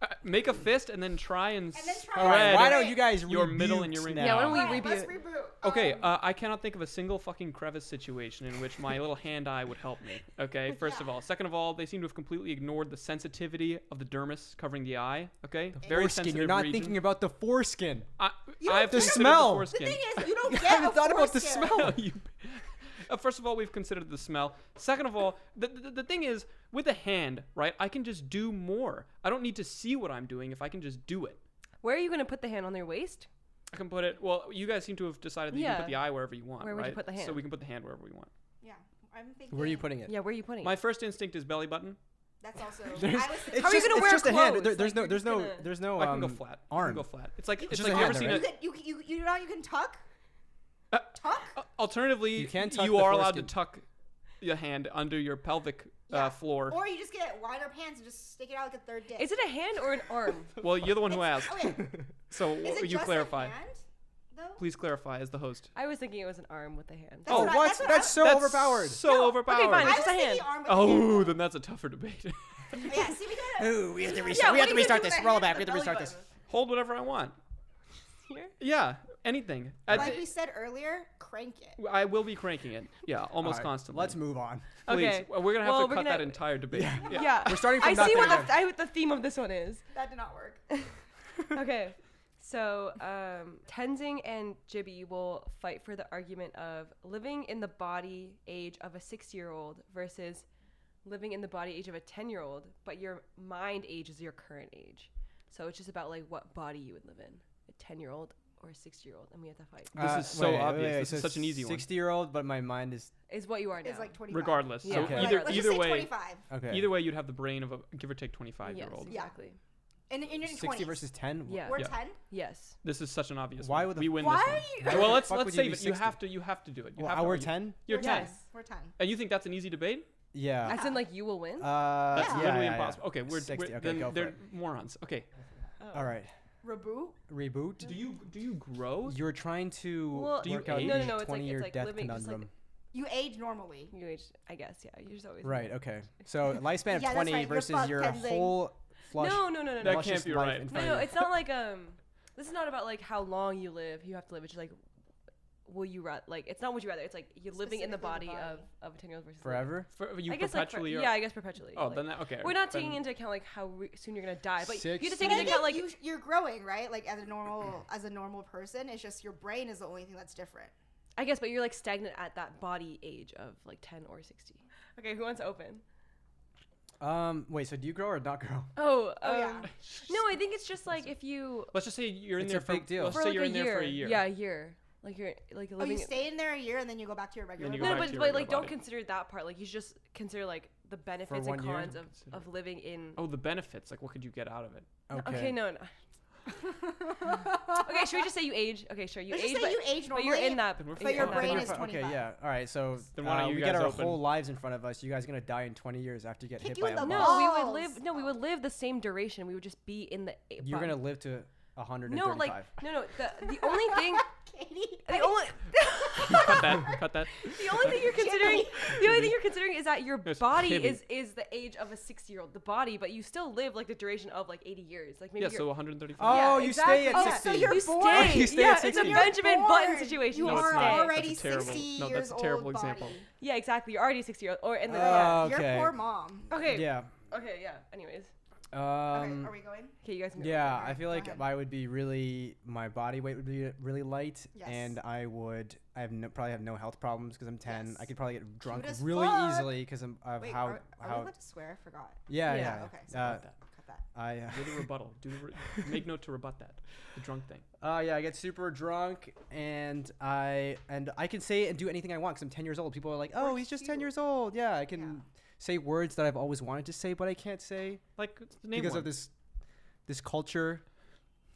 [SPEAKER 4] Uh, make a fist and then try and,
[SPEAKER 5] And then try
[SPEAKER 4] spread.
[SPEAKER 3] All right, why
[SPEAKER 5] Red.
[SPEAKER 3] don't you guys
[SPEAKER 4] Your middle and
[SPEAKER 3] reboot
[SPEAKER 4] your ring.
[SPEAKER 3] now?
[SPEAKER 2] Yeah, why don't we
[SPEAKER 5] Alright, let's
[SPEAKER 2] reboot.
[SPEAKER 5] reboot.
[SPEAKER 4] Okay,
[SPEAKER 5] Um,
[SPEAKER 4] uh, I cannot think of a single fucking crevice situation in which my little hand eye would help me. Okay, first of all. Second of all, they seem to have completely ignored the sensitivity of the dermis covering the eye. Okay, very
[SPEAKER 3] foreskin.
[SPEAKER 4] sensitive.
[SPEAKER 3] You're not
[SPEAKER 4] region.
[SPEAKER 3] thinking about the foreskin.
[SPEAKER 4] I,
[SPEAKER 5] You
[SPEAKER 4] I
[SPEAKER 5] don't
[SPEAKER 4] have
[SPEAKER 5] care. The
[SPEAKER 4] considered
[SPEAKER 3] smell.
[SPEAKER 5] the
[SPEAKER 4] foreskin.
[SPEAKER 5] thing is,
[SPEAKER 2] Oh,
[SPEAKER 5] you don't
[SPEAKER 3] I
[SPEAKER 5] get.
[SPEAKER 3] haven't
[SPEAKER 5] a
[SPEAKER 3] thought about the
[SPEAKER 5] foreskin.
[SPEAKER 3] smell.
[SPEAKER 4] No, you- Uh, First of all, we've considered the smell. Second of all, the, the, the thing is, with a hand, right, I can just do more. I don't need to see what I'm doing if I can just do it.
[SPEAKER 2] Where are you gonna put the hand on their waist?
[SPEAKER 4] I can put it, well, you guys seem to have decided that you can put the
[SPEAKER 2] Yeah.
[SPEAKER 4] eye wherever you want,
[SPEAKER 2] Where would
[SPEAKER 4] right?
[SPEAKER 2] you put the
[SPEAKER 4] So
[SPEAKER 2] hand?
[SPEAKER 4] we can put the hand wherever we want.
[SPEAKER 5] Yeah, I'm thinking.
[SPEAKER 3] Where are you putting it?
[SPEAKER 2] Yeah, where are you putting
[SPEAKER 4] My
[SPEAKER 2] it?
[SPEAKER 4] first instinct is belly button.
[SPEAKER 5] That's also.
[SPEAKER 3] There's,
[SPEAKER 5] I was
[SPEAKER 3] it's
[SPEAKER 5] thinking,
[SPEAKER 2] How are you
[SPEAKER 3] just,
[SPEAKER 2] gonna
[SPEAKER 3] it's
[SPEAKER 2] wear
[SPEAKER 3] just a hand.
[SPEAKER 2] clothes?
[SPEAKER 3] There- there's
[SPEAKER 2] Like,
[SPEAKER 3] no,
[SPEAKER 2] you're
[SPEAKER 3] there's
[SPEAKER 2] just
[SPEAKER 3] no,
[SPEAKER 2] gonna-
[SPEAKER 3] there's no.
[SPEAKER 4] Oh, I can go
[SPEAKER 3] um,
[SPEAKER 4] flat. I
[SPEAKER 3] Arm.
[SPEAKER 4] can go flat. It's like, it's
[SPEAKER 3] just
[SPEAKER 4] like
[SPEAKER 3] a
[SPEAKER 4] you ever
[SPEAKER 3] hand,
[SPEAKER 4] seen
[SPEAKER 5] you
[SPEAKER 3] right?
[SPEAKER 4] a,
[SPEAKER 5] could, you, could- you, you know you can tuck. Tuck?
[SPEAKER 4] Alternatively,
[SPEAKER 3] You can tuck
[SPEAKER 4] you
[SPEAKER 3] the
[SPEAKER 4] are allowed to
[SPEAKER 3] foreskin.
[SPEAKER 4] tuck your hand under your pelvic
[SPEAKER 5] Yeah.
[SPEAKER 4] uh, floor.
[SPEAKER 5] Or you just get wider pants and just stick it out like a third dick.
[SPEAKER 2] Is it a hand or an arm?
[SPEAKER 4] well, you're the one who asked,
[SPEAKER 5] Okay.
[SPEAKER 4] so
[SPEAKER 5] Is it
[SPEAKER 4] you
[SPEAKER 5] just
[SPEAKER 4] clarify.
[SPEAKER 5] A hand, though?
[SPEAKER 4] Please clarify as the host.
[SPEAKER 2] I was thinking it was an arm with a hand.
[SPEAKER 5] That's
[SPEAKER 4] Oh,
[SPEAKER 5] I-
[SPEAKER 3] what?
[SPEAKER 5] that's
[SPEAKER 3] That's,
[SPEAKER 5] I-
[SPEAKER 3] so
[SPEAKER 4] That's
[SPEAKER 3] overpowered.
[SPEAKER 4] So
[SPEAKER 2] No, okay,
[SPEAKER 4] overpowered.
[SPEAKER 2] fine, it's
[SPEAKER 5] I was
[SPEAKER 2] just a hand.
[SPEAKER 5] thinking arm with a hand,
[SPEAKER 4] Oh,
[SPEAKER 5] though.
[SPEAKER 4] then that's a tougher debate.
[SPEAKER 5] But yeah, see, we gotta.
[SPEAKER 3] Ooh, we have to
[SPEAKER 2] Yeah,
[SPEAKER 3] restart. we
[SPEAKER 2] what
[SPEAKER 3] have to
[SPEAKER 2] are you gonna
[SPEAKER 3] restart
[SPEAKER 2] do
[SPEAKER 3] this.
[SPEAKER 2] with
[SPEAKER 3] Roll
[SPEAKER 2] that
[SPEAKER 3] it back.
[SPEAKER 2] hand
[SPEAKER 3] We
[SPEAKER 2] and
[SPEAKER 3] have to
[SPEAKER 2] the
[SPEAKER 3] restart
[SPEAKER 2] belly
[SPEAKER 3] this.
[SPEAKER 4] Hold whatever I want.
[SPEAKER 2] button? Here?
[SPEAKER 4] Yeah, anything. I,
[SPEAKER 5] Like we said earlier, crank it.
[SPEAKER 4] I will be cranking it. Yeah, almost
[SPEAKER 3] Alright,
[SPEAKER 4] constantly.
[SPEAKER 3] Let's move on.
[SPEAKER 4] Please,
[SPEAKER 2] Okay.
[SPEAKER 4] uh, we're gonna have
[SPEAKER 2] Well,
[SPEAKER 4] to
[SPEAKER 2] we're
[SPEAKER 4] cut that
[SPEAKER 2] gonna-
[SPEAKER 4] entire debate. Yeah.
[SPEAKER 2] Yeah.
[SPEAKER 3] We're starting from
[SPEAKER 2] I see
[SPEAKER 3] nothing
[SPEAKER 2] what
[SPEAKER 3] again.
[SPEAKER 2] the, I, what the theme of this one is.
[SPEAKER 5] That did not work.
[SPEAKER 2] Okay. So, um, Tenzing and Jibby will fight for the argument of living in the body age of a six year old versus living in the body age of a 10 year old, but your mind age is your current age. So, it's just about like what body you would live in a 10 year old or a six year old. And we have to fight.
[SPEAKER 4] This is so obvious. This is such an easy one.
[SPEAKER 3] 60 year old, but my mind is.
[SPEAKER 2] Is what you are now.
[SPEAKER 5] It's like 25.
[SPEAKER 4] Regardless. So
[SPEAKER 2] Yeah.
[SPEAKER 5] Like,
[SPEAKER 4] either
[SPEAKER 5] let's just
[SPEAKER 4] either
[SPEAKER 5] say
[SPEAKER 4] way
[SPEAKER 5] 25.
[SPEAKER 3] Okay.
[SPEAKER 4] either way you'd have the brain of a give or take twenty five
[SPEAKER 2] yes,
[SPEAKER 4] year old.
[SPEAKER 2] exactly.
[SPEAKER 5] And, and you're
[SPEAKER 3] 60
[SPEAKER 5] 20.
[SPEAKER 3] versus 10?
[SPEAKER 2] Yeah.
[SPEAKER 5] We're
[SPEAKER 4] Yeah.
[SPEAKER 5] 10.
[SPEAKER 2] Yes.
[SPEAKER 4] This is such an obvious
[SPEAKER 3] Why
[SPEAKER 4] one.
[SPEAKER 3] would the
[SPEAKER 4] we win
[SPEAKER 5] Why
[SPEAKER 4] this
[SPEAKER 5] are
[SPEAKER 4] one.
[SPEAKER 5] you-
[SPEAKER 3] Why
[SPEAKER 4] well,
[SPEAKER 3] the
[SPEAKER 4] let's
[SPEAKER 3] fuck
[SPEAKER 4] let's
[SPEAKER 3] would you
[SPEAKER 4] save
[SPEAKER 3] be
[SPEAKER 4] it. You
[SPEAKER 3] 60?
[SPEAKER 4] have to you have to do it. You
[SPEAKER 3] Well, uh,
[SPEAKER 4] have to-
[SPEAKER 3] hour
[SPEAKER 4] you-
[SPEAKER 3] 10?
[SPEAKER 4] You're
[SPEAKER 5] We're
[SPEAKER 4] ten,
[SPEAKER 5] We're 10.
[SPEAKER 4] and you think that's an easy debate?
[SPEAKER 3] Yeah.
[SPEAKER 2] As in, like, you will win?
[SPEAKER 3] Uh,
[SPEAKER 4] That's
[SPEAKER 3] yeah,
[SPEAKER 4] literally
[SPEAKER 3] yeah, yeah.
[SPEAKER 4] impossible. Okay, we're,
[SPEAKER 3] 60.
[SPEAKER 4] we're
[SPEAKER 3] okay,
[SPEAKER 4] then
[SPEAKER 3] go for
[SPEAKER 4] they're
[SPEAKER 3] it.
[SPEAKER 4] morons. Okay,
[SPEAKER 5] Oh.
[SPEAKER 3] All right.
[SPEAKER 5] Rabu?
[SPEAKER 3] Reboot.
[SPEAKER 4] do you do you grow?
[SPEAKER 3] You're trying to
[SPEAKER 2] Well,
[SPEAKER 4] Do you
[SPEAKER 3] work out
[SPEAKER 4] age?
[SPEAKER 3] the
[SPEAKER 4] No, no,
[SPEAKER 2] no, it's like-
[SPEAKER 3] 20 year
[SPEAKER 2] it's like
[SPEAKER 3] death
[SPEAKER 2] living- just like-
[SPEAKER 3] conundrum.
[SPEAKER 5] You age normally.
[SPEAKER 2] you age, I guess. Yeah. You're just always.
[SPEAKER 3] right, okay. So
[SPEAKER 5] Yeah,
[SPEAKER 3] lifespan of
[SPEAKER 5] that's
[SPEAKER 3] 20
[SPEAKER 5] right, you're
[SPEAKER 3] versus
[SPEAKER 5] fucked,
[SPEAKER 3] your
[SPEAKER 5] Tenzing.
[SPEAKER 3] whole flush.
[SPEAKER 2] No, no, no, no,
[SPEAKER 4] That
[SPEAKER 2] no.
[SPEAKER 4] can't
[SPEAKER 3] luscious
[SPEAKER 4] be
[SPEAKER 3] life
[SPEAKER 4] right.
[SPEAKER 3] in
[SPEAKER 2] No,
[SPEAKER 3] front
[SPEAKER 2] no,
[SPEAKER 3] of you.
[SPEAKER 2] it's not like um. This is not about like how long you live. You have to live. It's just like, will you rather? Like, it's not would you rather. It's like you're living in the
[SPEAKER 5] Specifically
[SPEAKER 2] body,
[SPEAKER 5] the
[SPEAKER 2] of of a ten year old versus like-
[SPEAKER 3] Forever?
[SPEAKER 4] For, you
[SPEAKER 2] I guess like for,
[SPEAKER 4] perpetually
[SPEAKER 2] yeah, I guess perpetually.
[SPEAKER 4] are, oh,
[SPEAKER 2] like-
[SPEAKER 4] then that, okay.
[SPEAKER 2] we're not
[SPEAKER 4] then-
[SPEAKER 2] taking into account like how re- soon you're gonna die, but you have to
[SPEAKER 3] Six
[SPEAKER 2] take
[SPEAKER 5] But I
[SPEAKER 2] into account like
[SPEAKER 5] think you, you're growing, right? Like as a normal as a normal person, it's just your brain is the only thing that's different.
[SPEAKER 2] I guess, but you're like stagnant at that body age of like ten or sixty. Okay, who wants to open?
[SPEAKER 3] Um, wait, so do you grow or not grow?
[SPEAKER 2] Oh, um,
[SPEAKER 5] Oh, yeah.
[SPEAKER 2] No, I think it's just like if you
[SPEAKER 4] Let's just say you're in
[SPEAKER 3] It's a
[SPEAKER 4] there for
[SPEAKER 3] big deal.
[SPEAKER 4] Let's
[SPEAKER 2] for
[SPEAKER 4] say
[SPEAKER 2] like
[SPEAKER 4] you're
[SPEAKER 2] a
[SPEAKER 4] in
[SPEAKER 2] year,
[SPEAKER 4] there for a year.
[SPEAKER 2] yeah, a year, like you're like you're
[SPEAKER 5] Oh, you
[SPEAKER 2] living.
[SPEAKER 5] stay in there a year and then you go back to your regular.
[SPEAKER 4] you go
[SPEAKER 2] no,
[SPEAKER 4] back
[SPEAKER 2] no,
[SPEAKER 4] to
[SPEAKER 2] but,
[SPEAKER 4] your
[SPEAKER 2] but
[SPEAKER 4] regular
[SPEAKER 2] like don't
[SPEAKER 4] body.
[SPEAKER 2] consider that part. Like you should just consider like the benefits and
[SPEAKER 3] one year?
[SPEAKER 2] cons of,
[SPEAKER 4] Consider
[SPEAKER 2] of living in.
[SPEAKER 4] Oh, the benefits. Like, what could you get out of it?
[SPEAKER 3] Okay.
[SPEAKER 2] Okay, no, no. okay, should we just say you age? Okay, sure, you
[SPEAKER 5] Let's
[SPEAKER 2] age,
[SPEAKER 5] just say
[SPEAKER 2] but,
[SPEAKER 5] you age
[SPEAKER 2] but you're
[SPEAKER 5] normally,
[SPEAKER 2] in that.
[SPEAKER 4] then we're
[SPEAKER 2] in
[SPEAKER 5] But your
[SPEAKER 2] that
[SPEAKER 3] Then
[SPEAKER 5] brain
[SPEAKER 3] we're
[SPEAKER 2] body.
[SPEAKER 5] is
[SPEAKER 3] fi-
[SPEAKER 5] 25.
[SPEAKER 3] Okay, yeah. All right, so
[SPEAKER 4] Then why don't
[SPEAKER 3] uh,
[SPEAKER 4] you
[SPEAKER 3] we get
[SPEAKER 4] guys
[SPEAKER 3] our
[SPEAKER 4] open?
[SPEAKER 3] whole lives in front of us. You guys are going to die in 20 years after you get
[SPEAKER 5] Kick
[SPEAKER 3] hit
[SPEAKER 5] you
[SPEAKER 3] by
[SPEAKER 5] in
[SPEAKER 3] a
[SPEAKER 5] the
[SPEAKER 3] bus.
[SPEAKER 2] No, we would
[SPEAKER 5] Balls.
[SPEAKER 2] live. No, we would live the same duration. We would just be in the. a-
[SPEAKER 3] You're
[SPEAKER 2] body.
[SPEAKER 3] going to live to 135.
[SPEAKER 2] No, like no, no. The the only thing.
[SPEAKER 5] Katie,
[SPEAKER 2] The only,
[SPEAKER 4] Cut that. Cut that.
[SPEAKER 2] the only thing you're considering, the only thing you're considering is that your
[SPEAKER 4] Yes,
[SPEAKER 2] body
[SPEAKER 4] Jimmy.
[SPEAKER 2] is is the age of a six year old. The body, but you still live like the duration of like 80 years. Like maybe
[SPEAKER 4] Yeah.
[SPEAKER 2] you're,
[SPEAKER 4] So 135.
[SPEAKER 3] Oh,
[SPEAKER 2] Yeah,
[SPEAKER 3] you
[SPEAKER 2] exactly.
[SPEAKER 3] stay at
[SPEAKER 5] Oh, so
[SPEAKER 3] 60.
[SPEAKER 5] you're
[SPEAKER 2] you
[SPEAKER 5] born.
[SPEAKER 2] stay.
[SPEAKER 3] You stay
[SPEAKER 2] yeah, it's
[SPEAKER 3] at
[SPEAKER 2] a
[SPEAKER 3] 60.
[SPEAKER 2] Benjamin
[SPEAKER 5] You're
[SPEAKER 2] Button
[SPEAKER 5] born.
[SPEAKER 2] situation.
[SPEAKER 5] You
[SPEAKER 4] No, it's
[SPEAKER 5] are
[SPEAKER 4] not.
[SPEAKER 5] already
[SPEAKER 4] That's a terrible-
[SPEAKER 5] 60
[SPEAKER 4] no, that's
[SPEAKER 5] years
[SPEAKER 4] a terrible
[SPEAKER 5] old.
[SPEAKER 4] example.
[SPEAKER 5] Body.
[SPEAKER 2] Yeah, exactly. You're already 60 year old, or in the
[SPEAKER 3] Uh,
[SPEAKER 5] Your
[SPEAKER 3] Okay.
[SPEAKER 5] poor mom.
[SPEAKER 2] yeah. Okay.
[SPEAKER 3] yeah.
[SPEAKER 2] Okay. Yeah. Anyways.
[SPEAKER 3] Um,
[SPEAKER 5] okay, are we going?
[SPEAKER 2] Okay, you guys. Can go.
[SPEAKER 3] Yeah,
[SPEAKER 5] Okay,
[SPEAKER 3] I feel
[SPEAKER 5] go
[SPEAKER 3] like
[SPEAKER 5] ahead.
[SPEAKER 3] I would be really my body weight would be really light,
[SPEAKER 5] Yes.
[SPEAKER 3] and I would I have no, probably have no health problems because I'm ten. I
[SPEAKER 5] Yes.
[SPEAKER 3] could probably get drunk
[SPEAKER 5] as
[SPEAKER 3] really
[SPEAKER 5] fuck.
[SPEAKER 3] easily because I'm of
[SPEAKER 5] Wait,
[SPEAKER 3] how
[SPEAKER 5] are, are
[SPEAKER 3] how
[SPEAKER 5] we allowed to swear? I forgot.
[SPEAKER 3] yeah
[SPEAKER 2] Yeah,
[SPEAKER 3] yeah.
[SPEAKER 5] okay, so
[SPEAKER 3] uh,
[SPEAKER 5] Cut that.
[SPEAKER 3] I uh,
[SPEAKER 4] Do the rebuttal. Do the re- make note to rebut that. The drunk thing.
[SPEAKER 3] uh, yeah I get super drunk and I and I can say and do anything I want because I'm ten years old. People are like, oh, he's just ten
[SPEAKER 5] cute.
[SPEAKER 3] years old. Yeah, I can say words that I've always wanted to say but I can't say
[SPEAKER 4] Like name
[SPEAKER 3] because
[SPEAKER 4] one.
[SPEAKER 3] of this this culture.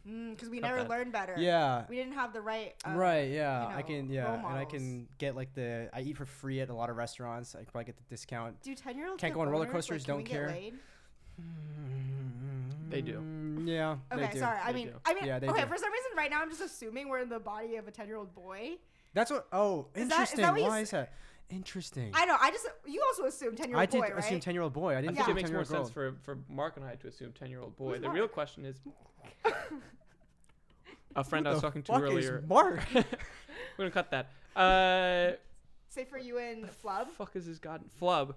[SPEAKER 5] Because Mm, we
[SPEAKER 4] Cut
[SPEAKER 5] never
[SPEAKER 4] that.
[SPEAKER 5] learned better.
[SPEAKER 3] Yeah,
[SPEAKER 5] We didn't have the right. Uh,
[SPEAKER 3] right yeah
[SPEAKER 5] you
[SPEAKER 3] i
[SPEAKER 5] know,
[SPEAKER 3] can yeah
[SPEAKER 5] role
[SPEAKER 3] and i
[SPEAKER 5] models.
[SPEAKER 3] can get like the i eat for free at a lot of restaurants i probably get the discount
[SPEAKER 5] Do 10 year olds
[SPEAKER 3] Can't
[SPEAKER 5] get
[SPEAKER 3] go on roller
[SPEAKER 5] boners? Like,
[SPEAKER 3] coasters,
[SPEAKER 5] can we
[SPEAKER 3] don't
[SPEAKER 5] get
[SPEAKER 3] care.
[SPEAKER 5] laid?
[SPEAKER 4] They do.
[SPEAKER 3] Mm, yeah
[SPEAKER 5] Okay,
[SPEAKER 3] they do.
[SPEAKER 5] sorry. I
[SPEAKER 4] They
[SPEAKER 5] mean,
[SPEAKER 4] do.
[SPEAKER 5] I mean,
[SPEAKER 3] Yeah, they
[SPEAKER 5] okay.
[SPEAKER 3] do.
[SPEAKER 5] For some reason, right now, I'm just assuming we're in the body of a 10 year old
[SPEAKER 3] Mm.
[SPEAKER 5] boy.
[SPEAKER 3] that's what oh
[SPEAKER 5] Is that- is
[SPEAKER 3] interesting
[SPEAKER 5] that what you
[SPEAKER 3] why
[SPEAKER 5] s-
[SPEAKER 3] is that interesting
[SPEAKER 5] I know. I just you also assume 10 year
[SPEAKER 3] I
[SPEAKER 5] old boy,
[SPEAKER 3] did
[SPEAKER 5] right?
[SPEAKER 3] assume 10 year old boy i
[SPEAKER 4] I
[SPEAKER 3] didn't
[SPEAKER 4] think
[SPEAKER 5] Yeah.
[SPEAKER 4] it
[SPEAKER 3] think
[SPEAKER 4] makes
[SPEAKER 3] 10
[SPEAKER 4] more
[SPEAKER 3] year
[SPEAKER 4] sense
[SPEAKER 3] old girl
[SPEAKER 4] for, for Mark and I to assume 10 year old boy.
[SPEAKER 5] Who's
[SPEAKER 4] the real question is a friend I was talking to
[SPEAKER 3] fuck
[SPEAKER 4] earlier.
[SPEAKER 3] is mark
[SPEAKER 4] We're going to cut that. Uh,
[SPEAKER 5] Say for you and Flub.
[SPEAKER 4] fuck is this god? Flub.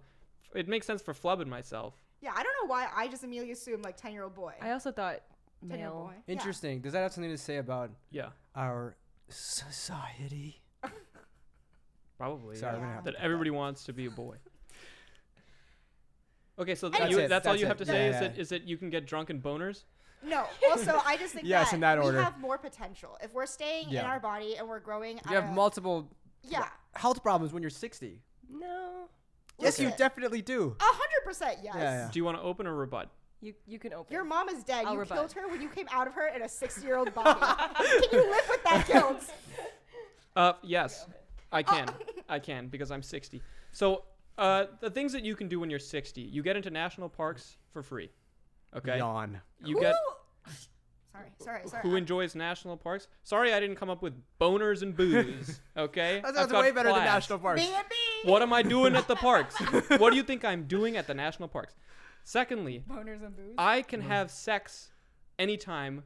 [SPEAKER 4] It makes sense for Flub and myself.
[SPEAKER 5] Yeah, I don't know why I just immediately assumed like 10 year old boy.
[SPEAKER 2] I also thought
[SPEAKER 5] 10 year old
[SPEAKER 2] male.
[SPEAKER 5] boy. Yeah.
[SPEAKER 3] interesting does that have something to say about
[SPEAKER 4] Yeah,
[SPEAKER 3] our society
[SPEAKER 4] probably.
[SPEAKER 3] sorry
[SPEAKER 4] yeah.
[SPEAKER 3] i'm gonna have
[SPEAKER 4] That
[SPEAKER 3] to
[SPEAKER 4] everybody wants to be a boy. Okay, so
[SPEAKER 5] That's
[SPEAKER 4] that's, you,
[SPEAKER 3] it,
[SPEAKER 4] that's all
[SPEAKER 3] that's
[SPEAKER 4] you
[SPEAKER 3] it.
[SPEAKER 4] have to
[SPEAKER 3] Yeah,
[SPEAKER 4] say is
[SPEAKER 3] yeah.
[SPEAKER 4] that is that you can get drunk and boners.
[SPEAKER 5] No. Also, I just think
[SPEAKER 3] Yes,
[SPEAKER 5] that,
[SPEAKER 3] in that order.
[SPEAKER 5] we have more potential if we're staying in
[SPEAKER 3] Yeah.
[SPEAKER 5] our body and we're growing.
[SPEAKER 3] you have
[SPEAKER 5] at a-
[SPEAKER 3] multiple
[SPEAKER 5] Yeah,
[SPEAKER 3] health problems when you're 60
[SPEAKER 2] No.
[SPEAKER 3] yes you
[SPEAKER 5] Listen.
[SPEAKER 3] definitely do
[SPEAKER 5] a hundred percent. Yes.
[SPEAKER 3] yeah.
[SPEAKER 4] Do you want to open or rebut?
[SPEAKER 2] You you can open.
[SPEAKER 5] Your mom is dead.
[SPEAKER 2] I'll
[SPEAKER 5] you
[SPEAKER 2] rebut.
[SPEAKER 5] killed her when you came out of her in a six year old body. Can you live with that guilt?
[SPEAKER 4] Uh, yes,
[SPEAKER 3] Oh.
[SPEAKER 4] I can. I can because I'm 60. So uh, the things that you can do when you're 60, you get into national parks for free. Okay.
[SPEAKER 3] Yawn.
[SPEAKER 4] You get
[SPEAKER 5] Sorry, sorry, sorry.
[SPEAKER 4] who enjoys national parks. Sorry, I didn't come up with boners and booze. Okay.
[SPEAKER 3] That
[SPEAKER 4] I've
[SPEAKER 3] sounds
[SPEAKER 4] got
[SPEAKER 3] way better than
[SPEAKER 4] class.
[SPEAKER 3] national parks.
[SPEAKER 5] B and B.
[SPEAKER 4] What am I doing at the parks? what do you think I'm doing at the national parks? Secondly,
[SPEAKER 5] Boners and booze.
[SPEAKER 4] I can have sex anytime.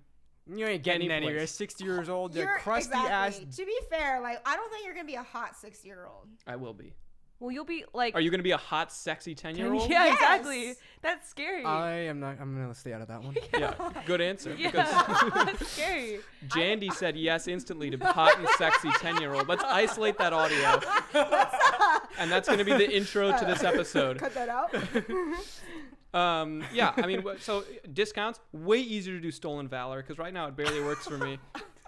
[SPEAKER 3] You ain't getting
[SPEAKER 4] Any
[SPEAKER 3] any. You're
[SPEAKER 4] place.
[SPEAKER 3] 60 years old. You're
[SPEAKER 5] You're-
[SPEAKER 3] crusty
[SPEAKER 5] exactly.
[SPEAKER 3] ass.
[SPEAKER 5] To be fair, like I don't think you're gonna be a hot sixty year old.
[SPEAKER 4] I will be.
[SPEAKER 2] Well, you'll be like.
[SPEAKER 4] Are you going to be a hot, sexy 10 year old?
[SPEAKER 2] Yeah,
[SPEAKER 5] Yes.
[SPEAKER 2] exactly. That's scary.
[SPEAKER 3] I am not. I'm gonna stay out of that one.
[SPEAKER 4] Good answer.
[SPEAKER 2] yeah,
[SPEAKER 4] Because
[SPEAKER 2] that's scary.
[SPEAKER 4] Jandy said yes instantly to hot and sexy 10 year old. Let's isolate that audio. and that's going to be the intro to this episode.
[SPEAKER 5] Cut that out.
[SPEAKER 4] Um, yeah, I mean, wh- so discounts, way easier to do Stolen Valor because right now it barely works for me.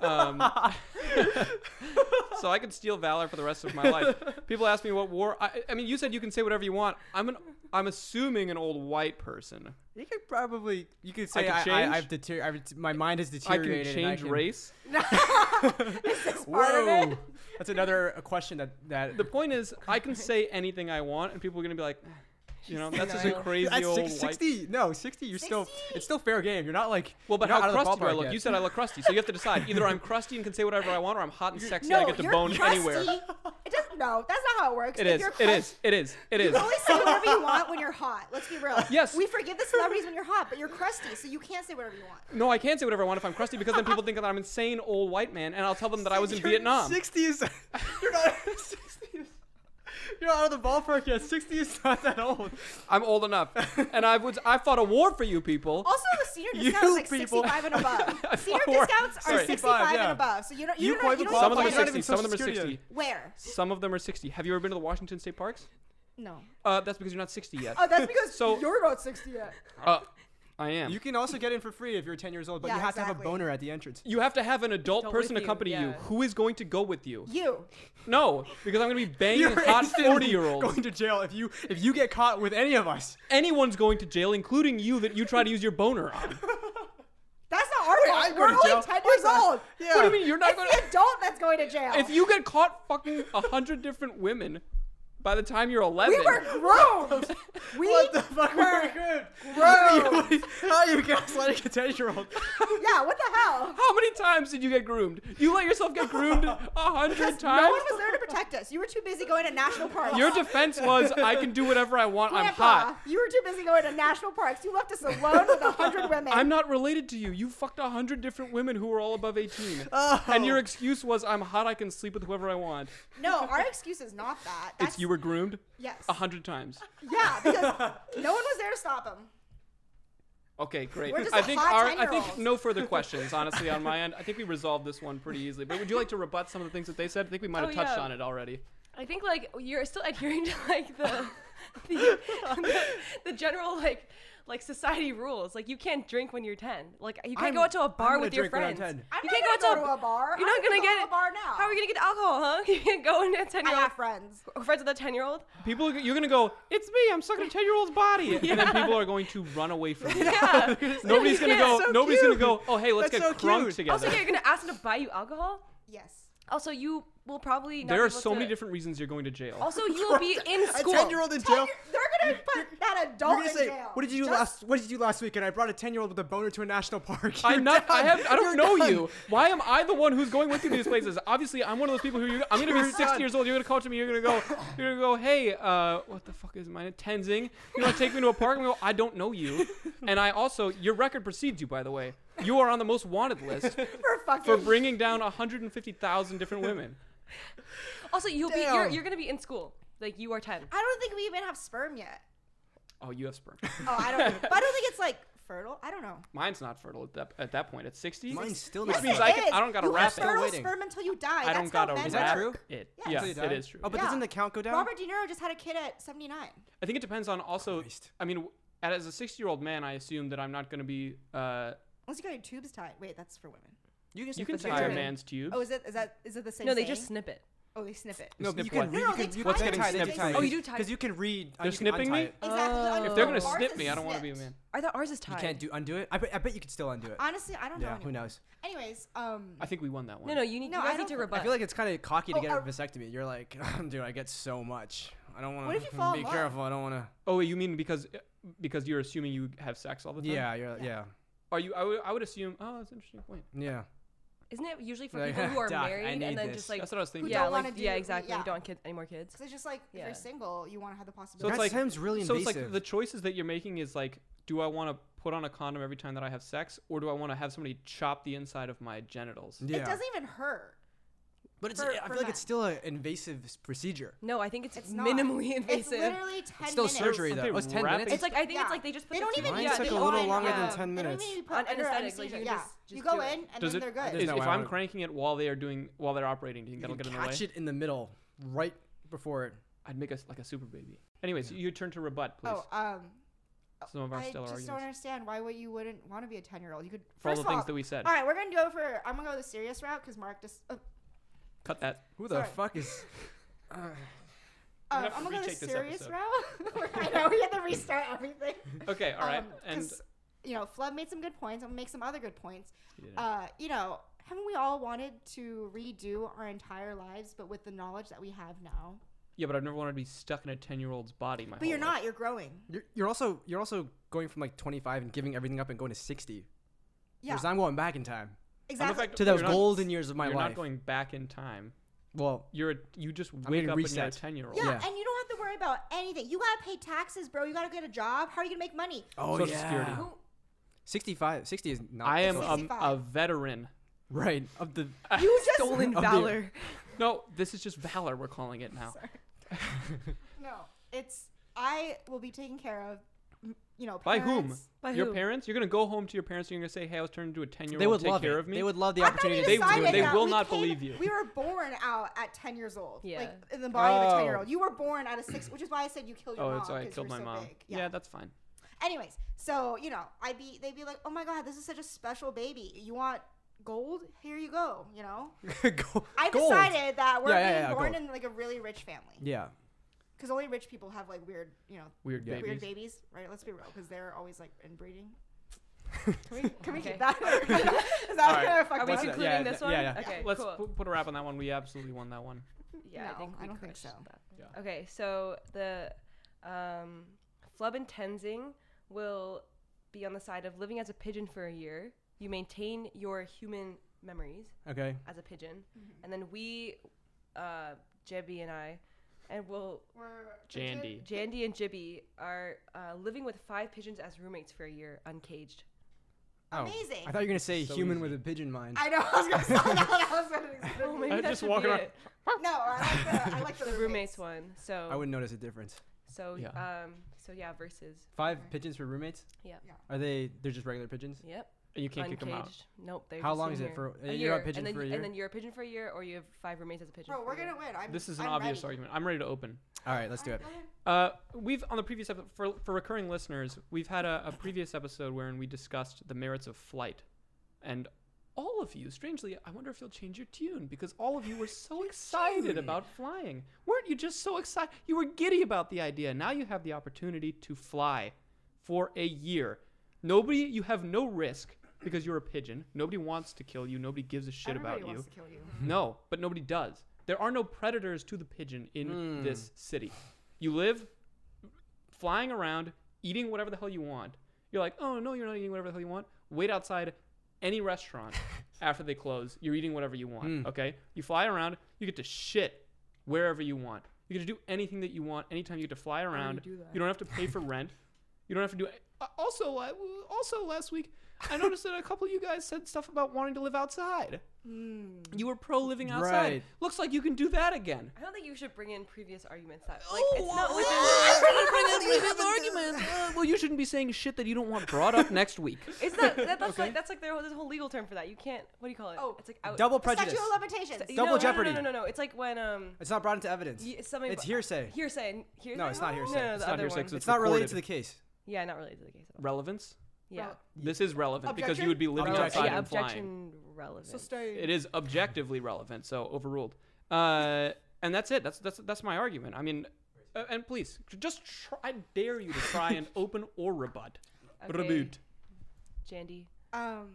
[SPEAKER 4] Um, so I could steal Valor for the rest of my life. People ask me what war. I, I mean, you said you can say whatever you want. I'm an, I'm assuming an old white person.
[SPEAKER 3] You could probably. You could say
[SPEAKER 4] could
[SPEAKER 3] I, I,
[SPEAKER 4] change?
[SPEAKER 3] have deteri- I've, det- My mind has
[SPEAKER 4] I can
[SPEAKER 3] deteriorated. and
[SPEAKER 4] change
[SPEAKER 3] can-
[SPEAKER 4] race.
[SPEAKER 5] part of
[SPEAKER 3] Whoa.
[SPEAKER 5] it.
[SPEAKER 3] That's another uh, question that that.
[SPEAKER 4] The point is, I can say anything I want, and people are gonna be like, you know, that's just a
[SPEAKER 2] senile.
[SPEAKER 4] crazy
[SPEAKER 3] That's
[SPEAKER 4] old
[SPEAKER 3] six-
[SPEAKER 4] white.
[SPEAKER 3] 60. No, 60. You're still.
[SPEAKER 5] 60?
[SPEAKER 3] It's still fair game. You're not like.
[SPEAKER 4] Well, but
[SPEAKER 3] you're
[SPEAKER 4] how
[SPEAKER 3] not out of the
[SPEAKER 4] crusty do I
[SPEAKER 3] ballpark
[SPEAKER 4] look?
[SPEAKER 3] yet.
[SPEAKER 4] You said I look crusty, so you have to decide. Either I'm crusty and can say whatever I want, or I'm hot and sexy
[SPEAKER 5] no,
[SPEAKER 4] and I get to
[SPEAKER 5] you're
[SPEAKER 4] bone
[SPEAKER 5] crusty.
[SPEAKER 4] anywhere.
[SPEAKER 5] It doesn't. No, that's not how it works.
[SPEAKER 4] It
[SPEAKER 5] If
[SPEAKER 4] is.
[SPEAKER 5] you're
[SPEAKER 4] It
[SPEAKER 5] crusty-
[SPEAKER 4] is. It is. It is.
[SPEAKER 5] You only say whatever you want when you're hot. Let's be real.
[SPEAKER 4] Yes.
[SPEAKER 5] We forgive the celebrities when you're hot, but you're crusty, so you can't say whatever you want.
[SPEAKER 4] No, I can't say whatever I want if I'm crusty because then people think that I'm insane old white man, and I'll tell them that I was in
[SPEAKER 3] You're-
[SPEAKER 4] Vietnam.
[SPEAKER 3] 60 is. You're not. 60 is. You're not out of the ballpark yet. 60 is not that old.
[SPEAKER 4] I'm old enough, and I was I fought a war for you people.
[SPEAKER 5] Also, the senior
[SPEAKER 3] You
[SPEAKER 5] discount is like
[SPEAKER 3] people-
[SPEAKER 5] 65 and above. senior
[SPEAKER 4] Or-
[SPEAKER 5] discounts are
[SPEAKER 4] sorry.
[SPEAKER 5] 65,
[SPEAKER 3] yeah.
[SPEAKER 5] and above, so you don't. You,
[SPEAKER 3] You
[SPEAKER 5] don't,
[SPEAKER 3] quite
[SPEAKER 5] you don't
[SPEAKER 4] Some of them
[SPEAKER 5] qualify.
[SPEAKER 4] are
[SPEAKER 3] You're not even
[SPEAKER 4] 60. Some of them
[SPEAKER 3] Social
[SPEAKER 4] are
[SPEAKER 3] Security
[SPEAKER 4] 60.
[SPEAKER 3] yet.
[SPEAKER 5] Where?
[SPEAKER 4] Some of them are 60. Have you ever been to the Washington State Parks?
[SPEAKER 5] No.
[SPEAKER 4] Uh, that's because you're not 60 yet.
[SPEAKER 5] Oh, that's because
[SPEAKER 4] So-
[SPEAKER 5] you're not 60 yet.
[SPEAKER 4] Uh, I am.
[SPEAKER 3] You can also get in for free if you're 10 years old, but
[SPEAKER 5] Yeah,
[SPEAKER 3] you have to have a
[SPEAKER 5] exactly.
[SPEAKER 3] boner at the entrance.
[SPEAKER 4] You have to have an adult
[SPEAKER 2] Adult
[SPEAKER 4] person
[SPEAKER 2] with you,
[SPEAKER 4] accompany you.
[SPEAKER 2] yeah.
[SPEAKER 4] Who is going to go with you?
[SPEAKER 5] You.
[SPEAKER 4] No, because I'm going to be banging
[SPEAKER 3] You're
[SPEAKER 4] hot
[SPEAKER 3] instantly
[SPEAKER 4] 40 year olds.
[SPEAKER 3] going to jail if you if you get caught with any of us.
[SPEAKER 4] Anyone's going to jail, including you that you try to use your boner on.
[SPEAKER 5] That's not our fault.
[SPEAKER 3] go
[SPEAKER 5] We're
[SPEAKER 3] to
[SPEAKER 5] only
[SPEAKER 3] jail.
[SPEAKER 5] 10 years old.
[SPEAKER 3] Yeah.
[SPEAKER 4] What do you mean you're not going
[SPEAKER 5] It's the
[SPEAKER 4] to?
[SPEAKER 5] adult that's going to jail.
[SPEAKER 4] If you get caught fucking a hundred different women by the time you're 11,
[SPEAKER 5] we were groomed. We
[SPEAKER 3] What the fuck
[SPEAKER 5] were
[SPEAKER 3] good?
[SPEAKER 5] grown.
[SPEAKER 3] How are you gaslighting a 10 year old?
[SPEAKER 5] yeah, what the hell?
[SPEAKER 4] how many times did you get groomed? You let yourself get groomed a hundred times.
[SPEAKER 5] No one was there to protect us. You were too busy going to national parks.
[SPEAKER 4] Your defense was, I can do whatever I want. I'm
[SPEAKER 5] Grandpa,
[SPEAKER 4] hot.
[SPEAKER 5] You were too busy going to national parks. You left us alone with a hundred women.
[SPEAKER 4] I'm not related to you. You fucked a hundred different women who were all above 18.
[SPEAKER 5] Oh.
[SPEAKER 4] And your excuse was, I'm hot. I can sleep with whoever I want.
[SPEAKER 5] No, our excuse is not that. That's,
[SPEAKER 4] It's you were groomed
[SPEAKER 5] Yes.
[SPEAKER 4] a hundred times.
[SPEAKER 5] Yeah, because no one was there to stop him.
[SPEAKER 4] Okay, great.
[SPEAKER 5] We're just
[SPEAKER 4] I
[SPEAKER 5] a
[SPEAKER 4] think
[SPEAKER 5] hot
[SPEAKER 4] our, I think
[SPEAKER 5] 10-year-olds.
[SPEAKER 4] no further questions, honestly, on my end. I think we resolved this one pretty easily. But would you like to rebut some of the things that they said? I think we might have
[SPEAKER 2] Oh,
[SPEAKER 4] touched
[SPEAKER 2] yeah.
[SPEAKER 4] on it already.
[SPEAKER 2] I think like you're still adhering to like the the, the, the general like like society rules. Like you can't drink when you're ten. Like you can't
[SPEAKER 3] I'm-
[SPEAKER 2] go out to a
[SPEAKER 3] I'm
[SPEAKER 2] bar
[SPEAKER 3] gonna
[SPEAKER 2] with your
[SPEAKER 3] drink when I'm
[SPEAKER 2] friends.
[SPEAKER 3] 10.
[SPEAKER 5] I'm
[SPEAKER 2] you
[SPEAKER 5] not
[SPEAKER 2] can't go,
[SPEAKER 5] gonna go
[SPEAKER 2] out
[SPEAKER 5] to a bar.
[SPEAKER 2] You're
[SPEAKER 5] I'm
[SPEAKER 2] not gonna
[SPEAKER 5] gonna go
[SPEAKER 2] get
[SPEAKER 5] to a bar now.
[SPEAKER 2] How are we gonna get alcohol, huh? You can't go into a ten
[SPEAKER 5] I
[SPEAKER 2] year
[SPEAKER 5] have
[SPEAKER 2] old
[SPEAKER 5] friends.
[SPEAKER 2] friends with a ten year old.
[SPEAKER 4] People, are- you're gonna go. It's me. I'm sucking a ten-year-old's body, and then people are going to run away from you.
[SPEAKER 2] Yeah.
[SPEAKER 4] Nobody's gonna
[SPEAKER 2] Yeah.
[SPEAKER 4] go.
[SPEAKER 3] So
[SPEAKER 4] nobody's
[SPEAKER 3] cute.
[SPEAKER 4] gonna go. Oh, hey, let's
[SPEAKER 3] That's
[SPEAKER 4] get
[SPEAKER 3] so
[SPEAKER 4] crunk
[SPEAKER 3] cute.
[SPEAKER 4] together.
[SPEAKER 2] Also, yeah, you're gonna ask them to buy you alcohol.
[SPEAKER 5] Yes.
[SPEAKER 2] Also, you will probably not
[SPEAKER 4] there
[SPEAKER 2] be
[SPEAKER 4] are
[SPEAKER 2] able
[SPEAKER 4] so
[SPEAKER 2] to-
[SPEAKER 4] many different reasons you're going to jail.
[SPEAKER 2] Also, you will be in
[SPEAKER 3] A
[SPEAKER 2] school.
[SPEAKER 3] 10 year old in jail?
[SPEAKER 5] They're gonna put that
[SPEAKER 3] You're
[SPEAKER 5] adult
[SPEAKER 3] gonna
[SPEAKER 5] in
[SPEAKER 3] say,
[SPEAKER 5] jail.
[SPEAKER 3] what did you do
[SPEAKER 5] Just-
[SPEAKER 3] last? What did you do last week? And I brought a ten-year-old with a boner to a national park. You're
[SPEAKER 4] I'm not. I
[SPEAKER 3] done.
[SPEAKER 4] have. I don't
[SPEAKER 3] You're
[SPEAKER 4] know
[SPEAKER 3] done.
[SPEAKER 4] you. Why am I the one who's going with you to these places? Obviously, I'm one of those people who you're, I'm gonna be
[SPEAKER 3] You're
[SPEAKER 4] 60
[SPEAKER 3] done.
[SPEAKER 4] years old. You're gonna call to me. You're gonna go. You're gonna go. Hey, uh, what the fuck is my name? Tenzing? You wanna take me to a park? And go. I don't know you. And I also your record precedes you. By the way, you are on the most wanted list
[SPEAKER 5] for fucking?
[SPEAKER 4] for bringing down 150,000 different women.
[SPEAKER 2] Also, you'll be you're,
[SPEAKER 3] Damn.
[SPEAKER 2] you're gonna be in school. Like you are ten.
[SPEAKER 5] I don't think we even have sperm yet.
[SPEAKER 4] Oh, you have sperm.
[SPEAKER 5] Oh, I don't. but I don't think it's like fertile. I don't know.
[SPEAKER 4] Mine's not fertile at that, at that point. At 60.
[SPEAKER 3] Mine's still
[SPEAKER 4] Which
[SPEAKER 3] not
[SPEAKER 4] means
[SPEAKER 3] fertile.
[SPEAKER 4] I,
[SPEAKER 5] It
[SPEAKER 4] can,
[SPEAKER 5] is.
[SPEAKER 4] I don't gotta
[SPEAKER 5] you
[SPEAKER 4] wrap
[SPEAKER 5] have
[SPEAKER 4] it.
[SPEAKER 5] fertile
[SPEAKER 3] waiting.
[SPEAKER 5] sperm until you die.
[SPEAKER 4] I don't
[SPEAKER 5] That's
[SPEAKER 4] gotta
[SPEAKER 5] how
[SPEAKER 4] wrap
[SPEAKER 5] men
[SPEAKER 3] Is that
[SPEAKER 5] work.
[SPEAKER 3] true?
[SPEAKER 4] it. Yes,
[SPEAKER 5] Yes.
[SPEAKER 3] Until you
[SPEAKER 4] it
[SPEAKER 3] die?
[SPEAKER 4] is true.
[SPEAKER 3] Oh, but
[SPEAKER 5] Yeah.
[SPEAKER 3] doesn't the count go down?
[SPEAKER 5] Robert De Niro just had a kid at 79.
[SPEAKER 4] I think it depends on also.
[SPEAKER 3] Christ.
[SPEAKER 4] I mean, w- as a 60 year old man, I assume that I'm not going to be. Uh,
[SPEAKER 5] Unless you got your tubes tied. Wait, that's for women.
[SPEAKER 3] you can,
[SPEAKER 4] you can
[SPEAKER 5] for
[SPEAKER 4] tie a
[SPEAKER 5] sure.
[SPEAKER 4] man's tubes.
[SPEAKER 5] Oh, is it? Is that? Is it the same?
[SPEAKER 2] No, they
[SPEAKER 5] saying?
[SPEAKER 2] just snip it.
[SPEAKER 5] Oh, they snip it.
[SPEAKER 3] No,
[SPEAKER 4] Snip
[SPEAKER 3] you can
[SPEAKER 4] what?
[SPEAKER 3] read.
[SPEAKER 5] No,
[SPEAKER 3] you
[SPEAKER 5] they
[SPEAKER 3] can, you
[SPEAKER 5] tie
[SPEAKER 4] What's
[SPEAKER 3] can
[SPEAKER 4] getting
[SPEAKER 3] untie it.
[SPEAKER 4] snipped?
[SPEAKER 3] They tie
[SPEAKER 4] Tie
[SPEAKER 3] it.
[SPEAKER 4] it.
[SPEAKER 2] Oh, you do tie.
[SPEAKER 3] Because you can read. uh,
[SPEAKER 4] They're
[SPEAKER 3] you can
[SPEAKER 4] snipping
[SPEAKER 3] untie
[SPEAKER 4] me?
[SPEAKER 3] it.
[SPEAKER 5] Exactly.
[SPEAKER 2] Oh.
[SPEAKER 5] Like,
[SPEAKER 4] If they're gonna
[SPEAKER 5] ours
[SPEAKER 4] snip
[SPEAKER 5] is
[SPEAKER 4] me, I don't want to be a
[SPEAKER 5] snipped.
[SPEAKER 4] man.
[SPEAKER 2] I thought ours is tied.
[SPEAKER 3] You can't do undo it. I bet. I bet you could still undo it.
[SPEAKER 5] Honestly, I don't know.
[SPEAKER 3] Yeah. Who
[SPEAKER 5] anymore.
[SPEAKER 3] knows?
[SPEAKER 5] Anyways, um,
[SPEAKER 4] I think we won that one.
[SPEAKER 2] No, no, you need.
[SPEAKER 5] No,
[SPEAKER 2] you
[SPEAKER 5] I
[SPEAKER 2] guys need
[SPEAKER 5] don't-
[SPEAKER 2] to
[SPEAKER 5] I
[SPEAKER 2] rebut.
[SPEAKER 3] I feel like it's kind of cocky to
[SPEAKER 5] Oh,
[SPEAKER 3] get a
[SPEAKER 5] I-
[SPEAKER 3] vasectomy. You're like, dude, I get so much. I don't want
[SPEAKER 5] What
[SPEAKER 3] to.
[SPEAKER 5] if you fall in
[SPEAKER 3] Be
[SPEAKER 5] love?
[SPEAKER 3] careful. I don't want to.
[SPEAKER 4] Oh, wait, you mean because because you're assuming you have sex all the time?
[SPEAKER 3] Yeah. You're. Yeah.
[SPEAKER 5] Yeah.
[SPEAKER 4] Are you? I would, I would assume. Oh, that's an interesting point.
[SPEAKER 3] Yeah.
[SPEAKER 2] Isn't it usually for
[SPEAKER 3] Like,
[SPEAKER 2] people who are
[SPEAKER 3] "Doc, I
[SPEAKER 2] married
[SPEAKER 3] need
[SPEAKER 2] and then
[SPEAKER 3] this."
[SPEAKER 2] just like
[SPEAKER 4] that's what I was thinking.
[SPEAKER 5] Who
[SPEAKER 2] yeah,
[SPEAKER 5] don't
[SPEAKER 2] like
[SPEAKER 5] wanna
[SPEAKER 2] yeah,
[SPEAKER 5] do-
[SPEAKER 2] exactly.
[SPEAKER 5] yeah.
[SPEAKER 2] You don't want kids, any more kids.
[SPEAKER 5] because it's just like if
[SPEAKER 2] Yeah.
[SPEAKER 5] you're single, you want to have the
[SPEAKER 4] So
[SPEAKER 5] possibility.
[SPEAKER 4] it's
[SPEAKER 3] that
[SPEAKER 4] like-
[SPEAKER 3] sounds really
[SPEAKER 4] so
[SPEAKER 3] invasive.
[SPEAKER 4] it's like the choices that you're making is like, do I want to put on a condom every time that I have sex, or do I want to have somebody chop the inside of my genitals?
[SPEAKER 3] yeah.
[SPEAKER 5] It doesn't even hurt.
[SPEAKER 3] but it's,
[SPEAKER 5] for-
[SPEAKER 3] I
[SPEAKER 5] for
[SPEAKER 3] feel like it's
[SPEAKER 5] men.
[SPEAKER 3] still an invasive s- procedure.
[SPEAKER 2] No, I think it's,
[SPEAKER 5] It's not.
[SPEAKER 2] minimally
[SPEAKER 5] It's
[SPEAKER 2] invasive.
[SPEAKER 5] literally ten
[SPEAKER 3] It's still
[SPEAKER 5] minutes.
[SPEAKER 3] surgery
[SPEAKER 4] Aren't
[SPEAKER 3] though.
[SPEAKER 4] they
[SPEAKER 3] It was ten
[SPEAKER 4] wrapping
[SPEAKER 3] minutes.
[SPEAKER 2] It's like I think
[SPEAKER 5] Yeah.
[SPEAKER 2] it's like they just put
[SPEAKER 5] They
[SPEAKER 2] the
[SPEAKER 5] don't
[SPEAKER 2] tube-
[SPEAKER 5] even
[SPEAKER 3] Mine
[SPEAKER 5] need
[SPEAKER 2] yeah,
[SPEAKER 5] to
[SPEAKER 3] took
[SPEAKER 5] be
[SPEAKER 3] a little
[SPEAKER 5] on,
[SPEAKER 3] longer
[SPEAKER 5] yeah.
[SPEAKER 3] than 10
[SPEAKER 5] They don't
[SPEAKER 3] minutes.
[SPEAKER 5] even need to be
[SPEAKER 2] On
[SPEAKER 5] put under
[SPEAKER 2] anesthetics, like,
[SPEAKER 5] anesthesia.
[SPEAKER 2] you
[SPEAKER 5] Yeah,
[SPEAKER 2] just-
[SPEAKER 5] you
[SPEAKER 2] just
[SPEAKER 5] go
[SPEAKER 2] do it.
[SPEAKER 5] in and
[SPEAKER 4] Does
[SPEAKER 5] then
[SPEAKER 4] it?
[SPEAKER 5] they're good.
[SPEAKER 3] There's
[SPEAKER 4] Is,
[SPEAKER 3] no
[SPEAKER 4] if
[SPEAKER 3] way I
[SPEAKER 4] I'm
[SPEAKER 3] would.
[SPEAKER 4] cranking it while they are doing while they're operating, do you think
[SPEAKER 3] You
[SPEAKER 4] that'll
[SPEAKER 3] can
[SPEAKER 4] get in the way?
[SPEAKER 3] catch it in the middle, right before it.
[SPEAKER 4] I'd make us like a super baby. Anyways, your turn to rebut, please.
[SPEAKER 5] Oh, um,
[SPEAKER 4] Some of our
[SPEAKER 5] I just
[SPEAKER 4] stellar
[SPEAKER 5] don't
[SPEAKER 4] arguments
[SPEAKER 5] understand why would you wouldn't want to be a ten-year-old. You could
[SPEAKER 4] for all the
[SPEAKER 5] first of all,
[SPEAKER 4] things that we said.
[SPEAKER 5] all right, we're gonna go for. I'm gonna go the serious route because Mark just. Uh,
[SPEAKER 4] Cut that.
[SPEAKER 3] Who the
[SPEAKER 5] Sorry.
[SPEAKER 3] fuck is?
[SPEAKER 5] um,
[SPEAKER 4] have to
[SPEAKER 5] I'm gonna go the
[SPEAKER 4] retake this
[SPEAKER 5] serious
[SPEAKER 4] episode.
[SPEAKER 5] route. I know we had to restart everything.
[SPEAKER 4] Okay, all right.
[SPEAKER 5] Um,
[SPEAKER 4] and
[SPEAKER 5] 'cause, you know, Flub made some good points. I'm gonna make some other good points.
[SPEAKER 4] You did.
[SPEAKER 5] Uh, you know, haven't we all wanted to redo our entire lives, but with the knowledge that we have now?
[SPEAKER 4] yeah, but I've never wanted to be stuck in a ten-year-old's body. My
[SPEAKER 5] But you're not. You're growing.
[SPEAKER 3] You're, you're also you're also going from like 25 and giving everything up and going to 60.
[SPEAKER 5] Yeah,
[SPEAKER 3] Whereas I'm going back in time
[SPEAKER 5] exactly.
[SPEAKER 4] fact-
[SPEAKER 3] to
[SPEAKER 4] You're
[SPEAKER 3] those
[SPEAKER 4] not-
[SPEAKER 3] golden years of my
[SPEAKER 4] you're
[SPEAKER 3] life.
[SPEAKER 4] not going back in time.
[SPEAKER 3] well,
[SPEAKER 4] You're a, you just
[SPEAKER 3] I
[SPEAKER 4] wake
[SPEAKER 3] mean,
[SPEAKER 4] up and you're a
[SPEAKER 3] reset.
[SPEAKER 4] ten-year-old.
[SPEAKER 5] Yeah,
[SPEAKER 3] Yeah.
[SPEAKER 5] and you don't have to worry about anything. You gotta pay taxes, bro. You gotta get a job. How are you gonna make money?
[SPEAKER 3] oh
[SPEAKER 4] Social
[SPEAKER 3] yeah.
[SPEAKER 4] Security.
[SPEAKER 2] Who-
[SPEAKER 3] 65, 60 is not.
[SPEAKER 4] I am
[SPEAKER 3] the-
[SPEAKER 4] a, a
[SPEAKER 5] 65.
[SPEAKER 4] veteran.
[SPEAKER 3] right of the.
[SPEAKER 2] You just stolen
[SPEAKER 3] Of the-
[SPEAKER 2] valor.
[SPEAKER 4] No, this is just valor. We're calling it now.
[SPEAKER 5] No, it's I will be taken care of. m- You know,
[SPEAKER 4] By whom?
[SPEAKER 5] parents.
[SPEAKER 2] By
[SPEAKER 4] your
[SPEAKER 2] who?
[SPEAKER 4] parents? You're gonna go home to your parents. and You're gonna say, "Hey, I was turned into a ten-year-old.
[SPEAKER 3] They would
[SPEAKER 4] Take
[SPEAKER 3] love
[SPEAKER 4] care
[SPEAKER 3] it.
[SPEAKER 4] of me."
[SPEAKER 3] They would love the
[SPEAKER 5] I thought
[SPEAKER 3] opportunity.
[SPEAKER 5] we
[SPEAKER 3] to do
[SPEAKER 4] would-
[SPEAKER 5] decided
[SPEAKER 4] they
[SPEAKER 5] that
[SPEAKER 4] will
[SPEAKER 5] we
[SPEAKER 4] not
[SPEAKER 5] came-
[SPEAKER 4] believe you.
[SPEAKER 5] We were born out at ten years old,
[SPEAKER 2] Yeah.
[SPEAKER 5] like in the body of a
[SPEAKER 3] Oh.
[SPEAKER 5] ten-year-old. You were born out of six, which is why I said you killed your
[SPEAKER 4] oh,
[SPEAKER 5] mom.
[SPEAKER 4] it's all right. I
[SPEAKER 5] 'cause
[SPEAKER 4] killed
[SPEAKER 5] you
[SPEAKER 4] my
[SPEAKER 5] were so
[SPEAKER 4] mom.
[SPEAKER 5] big.
[SPEAKER 4] Yeah. that's fine.
[SPEAKER 5] Anyways, so you know, I'd be they'd be like, "Oh my god, this is such a special baby. You want gold? Here you go." You know,
[SPEAKER 3] Go-
[SPEAKER 5] I've
[SPEAKER 3] gold.
[SPEAKER 5] decided that we're
[SPEAKER 3] Yeah, yeah,
[SPEAKER 5] being
[SPEAKER 3] yeah,
[SPEAKER 5] born
[SPEAKER 3] gold.
[SPEAKER 5] in like a really rich family
[SPEAKER 3] Yeah.
[SPEAKER 5] because only rich people have like weird, you know,
[SPEAKER 4] Weird
[SPEAKER 3] Yeah.
[SPEAKER 4] babies.
[SPEAKER 5] weird babies, right? Let's be real, because they're always like inbreeding. Can we, can we
[SPEAKER 2] Okay.
[SPEAKER 5] keep that? is that
[SPEAKER 3] right.
[SPEAKER 5] gonna fuck
[SPEAKER 2] Are we
[SPEAKER 3] What's
[SPEAKER 5] us?
[SPEAKER 3] that?
[SPEAKER 2] concluding
[SPEAKER 3] Yeah,
[SPEAKER 2] this
[SPEAKER 3] yeah,
[SPEAKER 2] one?
[SPEAKER 3] yeah.
[SPEAKER 2] Okay,
[SPEAKER 4] Let's
[SPEAKER 2] cool.
[SPEAKER 4] pu- put a wrap on that one. We absolutely won that one.
[SPEAKER 2] Yeah, I
[SPEAKER 5] No,
[SPEAKER 2] think
[SPEAKER 5] I
[SPEAKER 2] we
[SPEAKER 5] don't think
[SPEAKER 2] crushed
[SPEAKER 5] so.
[SPEAKER 2] that.
[SPEAKER 4] Yeah.
[SPEAKER 2] Okay, so the um, Flub and Tenzing will be on the side of living as a pigeon for a year. You maintain your human memories
[SPEAKER 3] Okay.
[SPEAKER 2] as a pigeon, and then we, uh, Jebby and I, and will
[SPEAKER 5] We're-
[SPEAKER 4] Jandy.
[SPEAKER 2] Jandy and Jibby are uh, living with five pigeons as roommates for a year, uncaged.
[SPEAKER 3] Oh,
[SPEAKER 5] Amazing.
[SPEAKER 3] I thought you were gonna say
[SPEAKER 4] So
[SPEAKER 3] human
[SPEAKER 4] easy.
[SPEAKER 3] with a pigeon mind.
[SPEAKER 5] I know. I was gonna say that. I was gonna say
[SPEAKER 2] Oh,
[SPEAKER 5] that.
[SPEAKER 2] maybe
[SPEAKER 4] Uh,
[SPEAKER 2] that
[SPEAKER 4] just
[SPEAKER 2] should
[SPEAKER 4] walking
[SPEAKER 2] be
[SPEAKER 4] around-
[SPEAKER 2] it.
[SPEAKER 5] No, I like the, I like
[SPEAKER 2] The
[SPEAKER 5] the,
[SPEAKER 2] roommates one. So
[SPEAKER 3] I wouldn't notice a difference.
[SPEAKER 2] so
[SPEAKER 4] Yeah.
[SPEAKER 2] um so yeah versus
[SPEAKER 3] Five pigeons for roommates.
[SPEAKER 2] Yep.
[SPEAKER 5] Yeah.
[SPEAKER 3] Are they? They're just regular pigeons.
[SPEAKER 2] yep
[SPEAKER 4] And you can't kick them out.
[SPEAKER 2] uncaged. Nope. they're
[SPEAKER 3] How
[SPEAKER 2] just
[SPEAKER 3] long
[SPEAKER 2] in
[SPEAKER 3] is it
[SPEAKER 2] here.
[SPEAKER 3] for- and
[SPEAKER 2] a
[SPEAKER 3] you're a
[SPEAKER 2] year,
[SPEAKER 3] pigeon
[SPEAKER 2] and then,
[SPEAKER 3] for a
[SPEAKER 2] you-
[SPEAKER 3] year?
[SPEAKER 2] And then you're a pigeon for a year, or you have five roommates as a pigeon.
[SPEAKER 5] Bro,
[SPEAKER 2] for
[SPEAKER 5] we're
[SPEAKER 2] a year.
[SPEAKER 5] gonna win. I'm,
[SPEAKER 4] This is an
[SPEAKER 5] I'm
[SPEAKER 4] obvious
[SPEAKER 5] ready.
[SPEAKER 4] argument. I'm ready to open.
[SPEAKER 3] All right, let's do it.
[SPEAKER 4] Uh, we've on the previous episode for, for recurring listeners, we've had a, a previous episode wherein we discussed the merits of flight, and all of you, strangely, I wonder if you'll change your tune because all of you were so excited about flying. Weren't you just so excited? You were giddy about the idea. Now you have the opportunity to fly for a year. Nobody, you have no risk because you're a pigeon. Nobody wants to kill you. Nobody gives a shit
[SPEAKER 5] Everybody
[SPEAKER 4] about you.
[SPEAKER 5] wants to kill you.
[SPEAKER 4] No, but nobody does. There are no predators to the pigeon in this city. You live flying around, eating whatever the hell you want. You're like, oh no, you're not eating whatever the hell you want. Wait outside any restaurant after they close. You're eating whatever you want. Okay? You fly around, you get to shit wherever you want. You get to do anything that you want anytime you get to fly around.
[SPEAKER 2] do that?
[SPEAKER 4] you don't have to pay for rent. You don't have to do. uh, Also, uh, also last week, I noticed that a couple of you guys said stuff about wanting to live outside.
[SPEAKER 2] Hmm.
[SPEAKER 4] You were pro living outside.
[SPEAKER 3] Right.
[SPEAKER 4] Looks like you can do that again.
[SPEAKER 2] I don't think you should bring in previous arguments that like
[SPEAKER 4] oh,
[SPEAKER 2] it's not within-
[SPEAKER 4] well, I'm trying to bring up previous argument. Uh, well, you shouldn't be saying shit that you don't want brought up next week.
[SPEAKER 2] It's not that, that's like that's like their whole, there's a whole legal term for that. You can't. What do you call it?
[SPEAKER 5] Oh,
[SPEAKER 2] it's like out,
[SPEAKER 3] Double
[SPEAKER 5] Statue
[SPEAKER 3] prejudice.
[SPEAKER 5] of limitations.
[SPEAKER 2] you
[SPEAKER 3] double
[SPEAKER 2] know- no, no,
[SPEAKER 3] jeopardy.
[SPEAKER 2] No, no, no, no. It's like when um
[SPEAKER 3] It's not brought into evidence.
[SPEAKER 2] y- something.
[SPEAKER 3] It's hearsay.
[SPEAKER 2] Hearsay. and Hearsay.
[SPEAKER 3] No, it's not hearsay.
[SPEAKER 2] No, no,
[SPEAKER 4] It's
[SPEAKER 2] the
[SPEAKER 4] not
[SPEAKER 2] other
[SPEAKER 4] hearsay,
[SPEAKER 2] one.
[SPEAKER 4] 'cause
[SPEAKER 3] It's not related
[SPEAKER 4] recorded.
[SPEAKER 3] to the case.
[SPEAKER 2] Yeah, not related to the case at all.
[SPEAKER 4] Relevance?
[SPEAKER 2] Yeah. Oh,
[SPEAKER 4] This is relevant because you would be living
[SPEAKER 3] Objection?
[SPEAKER 4] outside
[SPEAKER 2] yeah,
[SPEAKER 4] and flying.
[SPEAKER 2] objection relevant.
[SPEAKER 5] stay.
[SPEAKER 4] It is objectively relevant, so overruled. Uh, and that's it. That's that's that's my argument. I mean, uh, and please, just try, I dare you to try and open or rebut.
[SPEAKER 2] Okay.
[SPEAKER 4] Rebut.
[SPEAKER 2] Jandy.
[SPEAKER 5] Um,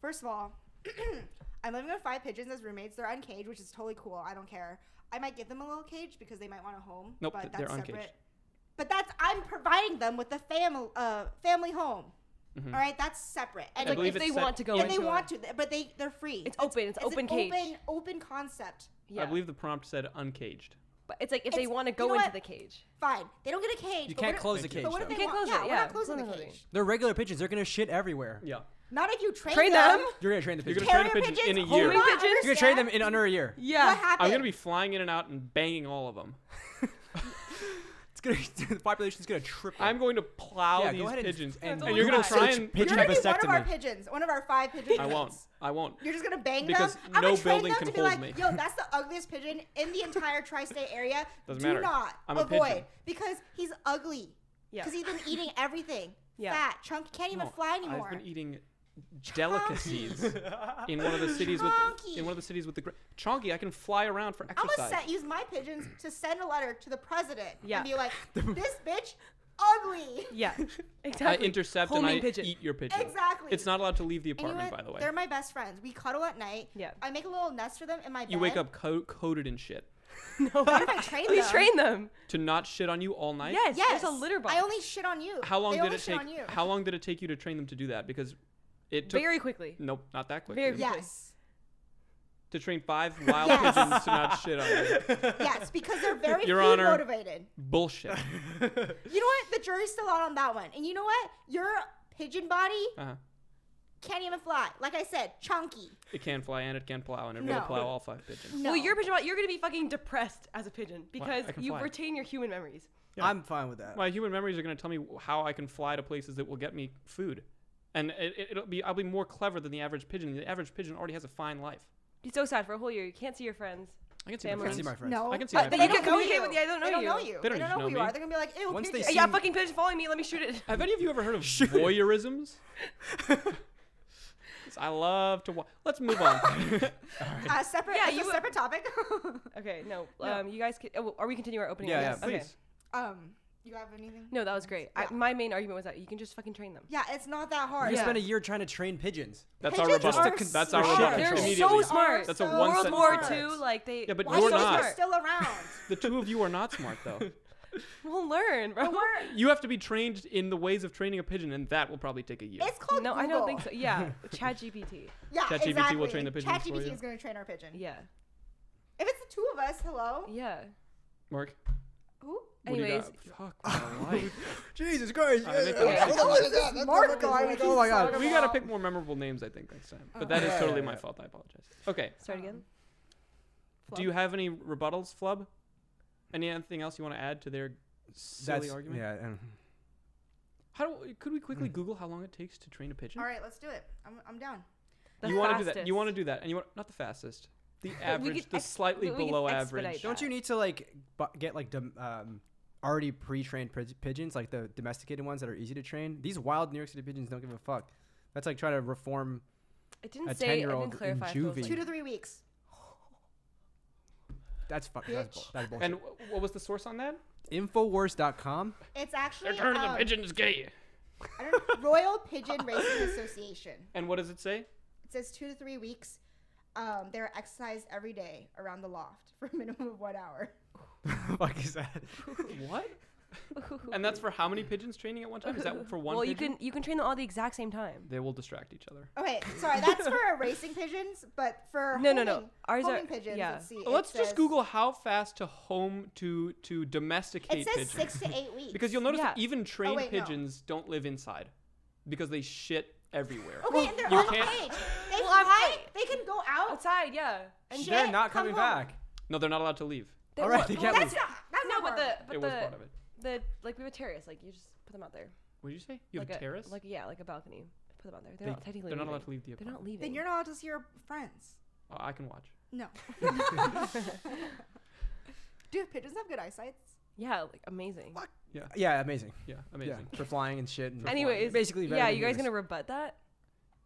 [SPEAKER 5] first of all, I'm living with five pigeons as roommates. They're uncaged, which is totally cool. I don't care. I might give them a little cage because they might want a home.
[SPEAKER 4] Nope,
[SPEAKER 5] but
[SPEAKER 4] th-
[SPEAKER 5] that's
[SPEAKER 4] they're
[SPEAKER 5] separate.
[SPEAKER 4] uncaged.
[SPEAKER 5] But that's I'm providing them with a family uh family home. All right, that's separate.
[SPEAKER 4] Mm-hmm.
[SPEAKER 5] And
[SPEAKER 4] I
[SPEAKER 2] Like
[SPEAKER 4] believe
[SPEAKER 2] if they
[SPEAKER 4] it's set-
[SPEAKER 2] want to go
[SPEAKER 5] if
[SPEAKER 2] into
[SPEAKER 5] they
[SPEAKER 2] a-
[SPEAKER 5] want to, th- but they they're free.
[SPEAKER 2] It's open, it's open
[SPEAKER 5] an
[SPEAKER 2] cage.
[SPEAKER 5] Open open concept.
[SPEAKER 2] Yeah.
[SPEAKER 4] I believe the prompt said uncaged.
[SPEAKER 2] But it's like if they
[SPEAKER 5] It's-
[SPEAKER 2] want to
[SPEAKER 5] you
[SPEAKER 2] go
[SPEAKER 5] know
[SPEAKER 2] into
[SPEAKER 5] what?
[SPEAKER 2] the cage.
[SPEAKER 5] Fine, they don't get a cage.
[SPEAKER 3] You
[SPEAKER 5] but
[SPEAKER 3] can't
[SPEAKER 5] what if-
[SPEAKER 3] close the
[SPEAKER 4] Thank you.
[SPEAKER 3] cage.
[SPEAKER 5] But what if
[SPEAKER 3] though.
[SPEAKER 5] they
[SPEAKER 2] You can't close
[SPEAKER 5] want?
[SPEAKER 2] it,
[SPEAKER 5] yeah, we're
[SPEAKER 2] yeah.
[SPEAKER 5] not closing
[SPEAKER 2] No,
[SPEAKER 5] the
[SPEAKER 2] no, no, no.
[SPEAKER 5] cage.
[SPEAKER 3] They're regular pigeons. They're gonna shit everywhere.
[SPEAKER 4] Yeah.
[SPEAKER 5] Not if you train,
[SPEAKER 2] Train
[SPEAKER 5] them.
[SPEAKER 2] them?
[SPEAKER 3] You're gonna train the
[SPEAKER 4] You're
[SPEAKER 3] pigeons.
[SPEAKER 4] gonna train a
[SPEAKER 5] Terrier
[SPEAKER 4] pigeon in
[SPEAKER 5] pigeons,
[SPEAKER 4] a
[SPEAKER 5] hold
[SPEAKER 4] year.
[SPEAKER 5] on,
[SPEAKER 2] Homing pigeons?
[SPEAKER 3] You're gonna train them in under a year.
[SPEAKER 5] What
[SPEAKER 2] Yeah.
[SPEAKER 5] happened?
[SPEAKER 4] I'm gonna be flying in and out and banging all of them.
[SPEAKER 3] It's gonna the population's gonna triple.
[SPEAKER 4] I'm going to plow
[SPEAKER 3] Yeah, go
[SPEAKER 4] these
[SPEAKER 3] ahead and-
[SPEAKER 4] pigeons,
[SPEAKER 3] and-
[SPEAKER 4] and,
[SPEAKER 2] Don't
[SPEAKER 4] you're
[SPEAKER 2] do
[SPEAKER 4] gonna
[SPEAKER 2] that.
[SPEAKER 4] try
[SPEAKER 3] Such
[SPEAKER 4] and.
[SPEAKER 5] You're
[SPEAKER 3] pigeon
[SPEAKER 5] gonna be one of our
[SPEAKER 3] vasectomy.
[SPEAKER 5] pigeons, one of our five pigeons.
[SPEAKER 4] I won't. I won't.
[SPEAKER 5] You're just gonna bang
[SPEAKER 4] Because
[SPEAKER 5] them. I'm
[SPEAKER 4] no
[SPEAKER 5] gonna train
[SPEAKER 4] building
[SPEAKER 5] them
[SPEAKER 4] can
[SPEAKER 5] to be
[SPEAKER 4] hold
[SPEAKER 5] like,
[SPEAKER 4] me.
[SPEAKER 5] yo, that's the ugliest pigeon in the entire tri-state area.
[SPEAKER 4] Doesn't
[SPEAKER 5] Do
[SPEAKER 4] matter.
[SPEAKER 5] not
[SPEAKER 4] I'm a
[SPEAKER 5] avoid
[SPEAKER 4] pigeon.
[SPEAKER 5] because he's ugly.
[SPEAKER 2] Yeah.
[SPEAKER 5] Because he's been eating everything.
[SPEAKER 2] Yeah.
[SPEAKER 5] Fat, chunky, can't even
[SPEAKER 4] No,
[SPEAKER 5] fly anymore.
[SPEAKER 4] I've been eating delicacies in one of the cities with
[SPEAKER 5] Chonky.
[SPEAKER 4] in one of the cities with the gra- chonky. I can fly around for
[SPEAKER 5] I'm
[SPEAKER 4] exercise.
[SPEAKER 5] gonna set, use my pigeons to send a letter to the president
[SPEAKER 2] Yeah.
[SPEAKER 5] and be like, this bitch, ugly.
[SPEAKER 2] Yeah.
[SPEAKER 4] I
[SPEAKER 2] Exactly.
[SPEAKER 4] intercept and
[SPEAKER 2] Homing
[SPEAKER 4] I
[SPEAKER 2] pigeon.
[SPEAKER 4] eat your pigeon.
[SPEAKER 5] Exactly.
[SPEAKER 4] It's not allowed to leave the
[SPEAKER 5] And you know
[SPEAKER 4] apartment,
[SPEAKER 5] what?
[SPEAKER 4] by the way.
[SPEAKER 5] They're my best friends. We cuddle at night.
[SPEAKER 2] Yeah.
[SPEAKER 5] I make a little nest for them in my bed.
[SPEAKER 4] You wake up co- coated in shit
[SPEAKER 5] What if I train
[SPEAKER 2] We
[SPEAKER 5] them?
[SPEAKER 2] train them.
[SPEAKER 4] to not shit on you all night.
[SPEAKER 2] Yes.
[SPEAKER 5] Yes.
[SPEAKER 2] There's a litter box.
[SPEAKER 5] I only shit on you.
[SPEAKER 4] How long
[SPEAKER 5] they
[SPEAKER 4] did
[SPEAKER 5] only
[SPEAKER 4] it
[SPEAKER 5] shit
[SPEAKER 4] take?
[SPEAKER 5] on you.
[SPEAKER 4] How long did it take you to train them to do that? Because it took.
[SPEAKER 2] Very quickly.
[SPEAKER 4] nope, not that quick.
[SPEAKER 2] Very-
[SPEAKER 5] Yes.
[SPEAKER 4] To train five wild
[SPEAKER 5] Yes.
[SPEAKER 4] pigeons to not shit on you.
[SPEAKER 5] yes, because they're very
[SPEAKER 4] Your
[SPEAKER 5] food
[SPEAKER 4] Honor.
[SPEAKER 5] motivated.
[SPEAKER 4] Bullshit.
[SPEAKER 5] You know what? The jury's still out on that one. And you know what? Your pigeon body
[SPEAKER 4] Uh-huh.
[SPEAKER 5] can't even fly. Like I said, chunky.
[SPEAKER 4] It can fly and it can plow, and it will
[SPEAKER 5] No.
[SPEAKER 4] plow all five pigeons.
[SPEAKER 5] No.
[SPEAKER 2] Well, you're a pigeon. You're gonna be fucking depressed as a pigeon because
[SPEAKER 4] I can
[SPEAKER 2] you
[SPEAKER 4] fly.
[SPEAKER 2] retain your human memories.
[SPEAKER 3] I'm fine with that.
[SPEAKER 4] My human memories are going to tell me how I can fly to places that will get me food, and it, it, it'll be I'll be more clever than the average pigeon. The average pigeon already has a fine life.
[SPEAKER 2] It's so sad for a whole year. You can't see your friends.
[SPEAKER 4] I can see my
[SPEAKER 2] Family.
[SPEAKER 3] I can see
[SPEAKER 4] friends.
[SPEAKER 3] my friends.
[SPEAKER 5] No.
[SPEAKER 4] I can see
[SPEAKER 5] Uh,
[SPEAKER 4] my
[SPEAKER 5] they
[SPEAKER 4] friends.
[SPEAKER 5] don't
[SPEAKER 2] You can
[SPEAKER 5] know
[SPEAKER 2] communicate
[SPEAKER 5] you.
[SPEAKER 2] with the- I don't know
[SPEAKER 5] they don't
[SPEAKER 2] you.
[SPEAKER 5] know you.
[SPEAKER 4] They don't
[SPEAKER 5] know,
[SPEAKER 4] just know
[SPEAKER 5] who you
[SPEAKER 4] me.
[SPEAKER 5] are. They're gonna be like, ew,
[SPEAKER 3] Once they
[SPEAKER 5] pigeon.
[SPEAKER 3] see-
[SPEAKER 2] Yeah,
[SPEAKER 3] Mm.
[SPEAKER 2] fucking pigeon, follow me. Let me shoot it.
[SPEAKER 4] Have any of you ever heard of voyeurisms? 'Cause I love to watch. Let's move on.
[SPEAKER 5] uh, separate.
[SPEAKER 2] Yeah,
[SPEAKER 5] Yeah,
[SPEAKER 2] you-
[SPEAKER 5] you a separate topic.
[SPEAKER 2] Okay, no. Um, you guys, can, oh, are we continuing our opening?
[SPEAKER 3] Yeah,
[SPEAKER 2] arguments?
[SPEAKER 3] yeah,
[SPEAKER 2] Okay.
[SPEAKER 4] Please.
[SPEAKER 5] um, you have anything?
[SPEAKER 2] No, that was great.
[SPEAKER 5] Yeah.
[SPEAKER 2] I, my main argument was that you can just fucking train them.
[SPEAKER 5] Yeah, it's not that hard.
[SPEAKER 3] We
[SPEAKER 2] Yeah.
[SPEAKER 3] spent a year trying to train pigeons.
[SPEAKER 4] That's our
[SPEAKER 5] Pigeons
[SPEAKER 4] rebuttal.
[SPEAKER 5] are
[SPEAKER 4] That's our
[SPEAKER 5] smart.
[SPEAKER 4] rebuttal.
[SPEAKER 2] They're
[SPEAKER 4] immediately.
[SPEAKER 2] so smart.
[SPEAKER 4] That's a
[SPEAKER 5] so
[SPEAKER 4] one
[SPEAKER 2] World
[SPEAKER 4] sentence
[SPEAKER 2] War
[SPEAKER 4] sentence.
[SPEAKER 2] II, like they.
[SPEAKER 4] Yeah, but
[SPEAKER 5] Why
[SPEAKER 4] you're
[SPEAKER 5] are those
[SPEAKER 4] not.
[SPEAKER 5] are still around?
[SPEAKER 4] The two of you are not smart though.
[SPEAKER 2] We'll learn, bro.
[SPEAKER 4] You have to be trained in the ways of training a pigeon, and that will probably take a year.
[SPEAKER 5] It's called
[SPEAKER 2] No, I don't think so.
[SPEAKER 5] Google.
[SPEAKER 2] Yeah, ChatGPT.
[SPEAKER 5] Yeah,
[SPEAKER 4] ChatGPT will
[SPEAKER 5] exactly.
[SPEAKER 4] train the pigeons for
[SPEAKER 5] ChatGPT
[SPEAKER 4] you.
[SPEAKER 5] is going to train our pigeon.
[SPEAKER 2] Yeah,
[SPEAKER 5] If it's the two of us, hello.
[SPEAKER 2] yeah.
[SPEAKER 4] Mark.
[SPEAKER 5] Who?
[SPEAKER 4] what do you
[SPEAKER 2] Anyways,
[SPEAKER 4] got? fuck my life.
[SPEAKER 3] Jesus Christ!
[SPEAKER 4] I make them-
[SPEAKER 5] Hold on, what is that? That's
[SPEAKER 3] Mark
[SPEAKER 5] not what it is.
[SPEAKER 3] Oh my God.
[SPEAKER 4] we gotta pick more memorable names, I think, next time. But that is
[SPEAKER 3] Yeah,
[SPEAKER 4] totally
[SPEAKER 3] yeah,
[SPEAKER 4] my
[SPEAKER 3] yeah.
[SPEAKER 4] fault. I apologize. Okay.
[SPEAKER 2] start again.
[SPEAKER 4] Do you have any rebuttals, Flub? Anything else you want to add to their silly
[SPEAKER 3] That's
[SPEAKER 4] argument?
[SPEAKER 3] yeah. Mm. and-
[SPEAKER 4] How do, could we quickly Google how long it takes to train a pigeon?
[SPEAKER 5] All right, let's do it. I'm, I'm down.
[SPEAKER 2] The
[SPEAKER 4] you want to do that?
[SPEAKER 2] fastest.
[SPEAKER 4] You want to do that? And you want not the fastest, the average,
[SPEAKER 2] could
[SPEAKER 4] the
[SPEAKER 2] ex-
[SPEAKER 4] slightly
[SPEAKER 2] we could
[SPEAKER 4] below
[SPEAKER 2] expedite
[SPEAKER 4] average.
[SPEAKER 2] that.
[SPEAKER 3] Don't you need to like bu- get like dom- um, already pre-trained pig- pigeons, like the domesticated ones that are easy to train? These wild New York City pigeons don't give a fuck. That's like trying to reform.
[SPEAKER 2] It didn't
[SPEAKER 3] a
[SPEAKER 2] say. I
[SPEAKER 3] 10-year-old
[SPEAKER 2] didn't
[SPEAKER 3] in
[SPEAKER 2] clarify. if it was
[SPEAKER 3] juvie.
[SPEAKER 2] like-
[SPEAKER 5] Two to three weeks.
[SPEAKER 3] That's fuck. That's, bull- that's bullshit.
[SPEAKER 4] And wh- what was the source on that?
[SPEAKER 3] Infowars.com.
[SPEAKER 5] It's actually
[SPEAKER 4] They're turning
[SPEAKER 5] um,
[SPEAKER 4] the pigeons gay.
[SPEAKER 5] I don't know, Royal Pigeon Racing Association.
[SPEAKER 4] And what does it say?
[SPEAKER 5] It says two to three weeks. Um, they're exercised every day around the loft for a minimum of one hour.
[SPEAKER 3] fuck is that?
[SPEAKER 4] What? and that's for how many pigeons training at one time? Is that for one?
[SPEAKER 2] Well, you
[SPEAKER 4] pigeon?
[SPEAKER 2] can you can train them all the exact same time.
[SPEAKER 4] They will distract each other.
[SPEAKER 5] Okay, sorry, that's for racing pigeons, but for
[SPEAKER 2] No, no,
[SPEAKER 5] homing,
[SPEAKER 2] no. Ours are-
[SPEAKER 5] homing pigeons.
[SPEAKER 2] yeah.
[SPEAKER 5] Let's see. it
[SPEAKER 4] Let's
[SPEAKER 5] says-
[SPEAKER 4] just Google how fast to home to to domesticate
[SPEAKER 5] It
[SPEAKER 4] pigeons.
[SPEAKER 5] says six to eight weeks.
[SPEAKER 4] because you'll notice that
[SPEAKER 2] Yeah. Oh,
[SPEAKER 4] even trained
[SPEAKER 5] wait, no.
[SPEAKER 4] pigeons don't live inside because they shit everywhere.
[SPEAKER 5] Okay, and they're
[SPEAKER 4] You
[SPEAKER 5] on
[SPEAKER 4] can't-
[SPEAKER 5] cage. They
[SPEAKER 2] I'm
[SPEAKER 5] fly. They can go out.
[SPEAKER 2] Outside, yeah. And
[SPEAKER 5] Shit,
[SPEAKER 3] They're not
[SPEAKER 5] come
[SPEAKER 3] coming
[SPEAKER 5] home.
[SPEAKER 3] back.
[SPEAKER 4] No, they're not allowed to leave.
[SPEAKER 2] they
[SPEAKER 3] All right,
[SPEAKER 2] won't-
[SPEAKER 3] they
[SPEAKER 2] well,
[SPEAKER 3] can't
[SPEAKER 2] that's
[SPEAKER 5] leave.
[SPEAKER 2] not-
[SPEAKER 5] That's
[SPEAKER 2] no,
[SPEAKER 5] not
[SPEAKER 2] but the
[SPEAKER 5] hard.
[SPEAKER 2] but
[SPEAKER 4] it
[SPEAKER 2] the,
[SPEAKER 4] was part of it.
[SPEAKER 2] the like we have a terrace. Like you just put them out there.
[SPEAKER 4] What did you say? You have
[SPEAKER 2] like
[SPEAKER 4] a terrace?
[SPEAKER 2] Like yeah, like a balcony. Put them out there. They're
[SPEAKER 4] They-
[SPEAKER 2] not technically.
[SPEAKER 4] they're not
[SPEAKER 2] leaving.
[SPEAKER 4] allowed to leave the
[SPEAKER 2] They're not
[SPEAKER 4] apartment.
[SPEAKER 2] leaving.
[SPEAKER 5] Then you're not allowed to see your friends.
[SPEAKER 4] Uh, I can watch.
[SPEAKER 5] No. Dude, pigeons have good eyesight.
[SPEAKER 2] Yeah, like amazing.
[SPEAKER 3] Yeah, amazing.
[SPEAKER 4] Yeah, amazing.
[SPEAKER 3] Yeah, for flying and shit. And
[SPEAKER 2] Anyways,
[SPEAKER 3] basically,
[SPEAKER 2] yeah, you guys gonna rebut that?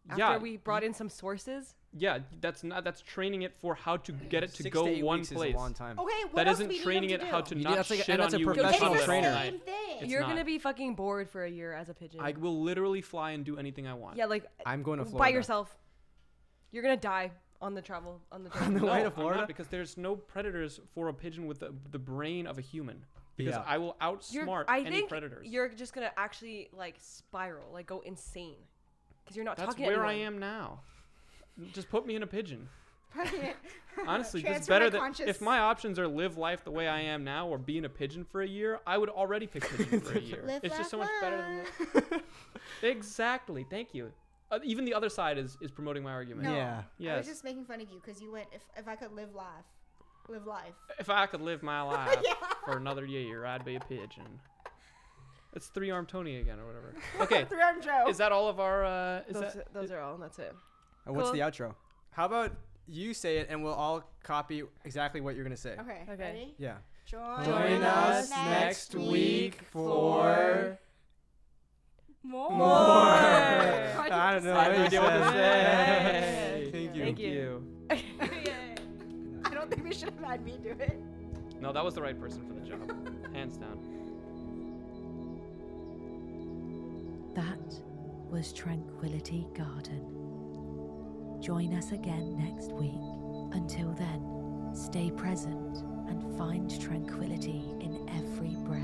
[SPEAKER 2] After
[SPEAKER 4] Yeah,
[SPEAKER 2] we brought in some sources.
[SPEAKER 4] Yeah, that's not that's training it for how to get it to
[SPEAKER 3] Six
[SPEAKER 4] go
[SPEAKER 3] to eight
[SPEAKER 4] one
[SPEAKER 3] weeks
[SPEAKER 4] place.
[SPEAKER 3] Is a long time.
[SPEAKER 5] Okay, what
[SPEAKER 4] That
[SPEAKER 5] else do
[SPEAKER 4] isn't
[SPEAKER 5] we need
[SPEAKER 4] training
[SPEAKER 5] him
[SPEAKER 4] it
[SPEAKER 5] to
[SPEAKER 4] how
[SPEAKER 5] do?
[SPEAKER 4] to
[SPEAKER 3] You do-
[SPEAKER 4] not
[SPEAKER 3] that's like a-
[SPEAKER 4] shit
[SPEAKER 3] and that's
[SPEAKER 4] on
[SPEAKER 3] a
[SPEAKER 4] you.
[SPEAKER 5] It's
[SPEAKER 3] professional
[SPEAKER 4] left
[SPEAKER 5] the
[SPEAKER 4] and right.
[SPEAKER 3] trainer.
[SPEAKER 5] same thing.
[SPEAKER 4] It's
[SPEAKER 2] You're
[SPEAKER 4] not.
[SPEAKER 2] gonna be fucking bored for a year as a pigeon.
[SPEAKER 4] I will literally fly and do anything I want.
[SPEAKER 2] yeah, like
[SPEAKER 3] I'm going to Florida.
[SPEAKER 2] by yourself. You're gonna die on the travel on the
[SPEAKER 3] the
[SPEAKER 2] travel.
[SPEAKER 4] No,
[SPEAKER 3] way to
[SPEAKER 4] I'm not,
[SPEAKER 3] Florida?
[SPEAKER 4] because there's no predators for a pigeon with the, the brain of a human. Because
[SPEAKER 3] Yeah.
[SPEAKER 4] I will
[SPEAKER 2] You're-
[SPEAKER 4] outsmart
[SPEAKER 2] I
[SPEAKER 4] any
[SPEAKER 2] think
[SPEAKER 4] predators.
[SPEAKER 2] You're just gonna actually like spiral, like go insane, because you're not
[SPEAKER 4] That's
[SPEAKER 2] talking.
[SPEAKER 4] where
[SPEAKER 2] to
[SPEAKER 4] I
[SPEAKER 2] anyone.
[SPEAKER 4] am now. Just put me in a pigeon.
[SPEAKER 5] Pregnant.
[SPEAKER 4] Honestly, just
[SPEAKER 5] Transfer my
[SPEAKER 4] better than
[SPEAKER 5] conscious.
[SPEAKER 4] if my options are live life the way I am now or be in a pigeon for a year, I would already pick pigeon for a year.
[SPEAKER 5] Live,
[SPEAKER 4] it's just so
[SPEAKER 5] laugh,
[SPEAKER 4] much better than
[SPEAKER 5] love.
[SPEAKER 4] that. Exactly. Thank you. Uh, even the other side is, is promoting my argument.
[SPEAKER 5] No,
[SPEAKER 3] Yeah.
[SPEAKER 5] I was
[SPEAKER 4] Yes.
[SPEAKER 5] just making fun of you because you went if if I could live life, live life.
[SPEAKER 4] If I could live my life for another year, I'd be a pigeon. It's three arm Tony again or whatever. Okay.
[SPEAKER 5] Three arm Joe.
[SPEAKER 4] Is that all of our uh is
[SPEAKER 2] Those,
[SPEAKER 4] that
[SPEAKER 2] those are all. and That's it.
[SPEAKER 3] And what's
[SPEAKER 2] Cool.
[SPEAKER 3] the outro? How about you say it and we'll all copy exactly what you're going to say?
[SPEAKER 5] okay.
[SPEAKER 2] Okay.
[SPEAKER 5] Ready?
[SPEAKER 3] Yeah.
[SPEAKER 5] Join,
[SPEAKER 3] Join us next week for
[SPEAKER 5] more.
[SPEAKER 3] I don't know.
[SPEAKER 4] I have no
[SPEAKER 3] what
[SPEAKER 4] idea what to
[SPEAKER 3] say.
[SPEAKER 4] say.
[SPEAKER 3] Thank you.
[SPEAKER 2] Thank you.
[SPEAKER 5] I don't think we should have had me do it.
[SPEAKER 4] No, that was the right person for the job. Hands down.
[SPEAKER 1] That was Tranquility Garden. Join us again next week. Until then, stay present and find tranquility in every breath.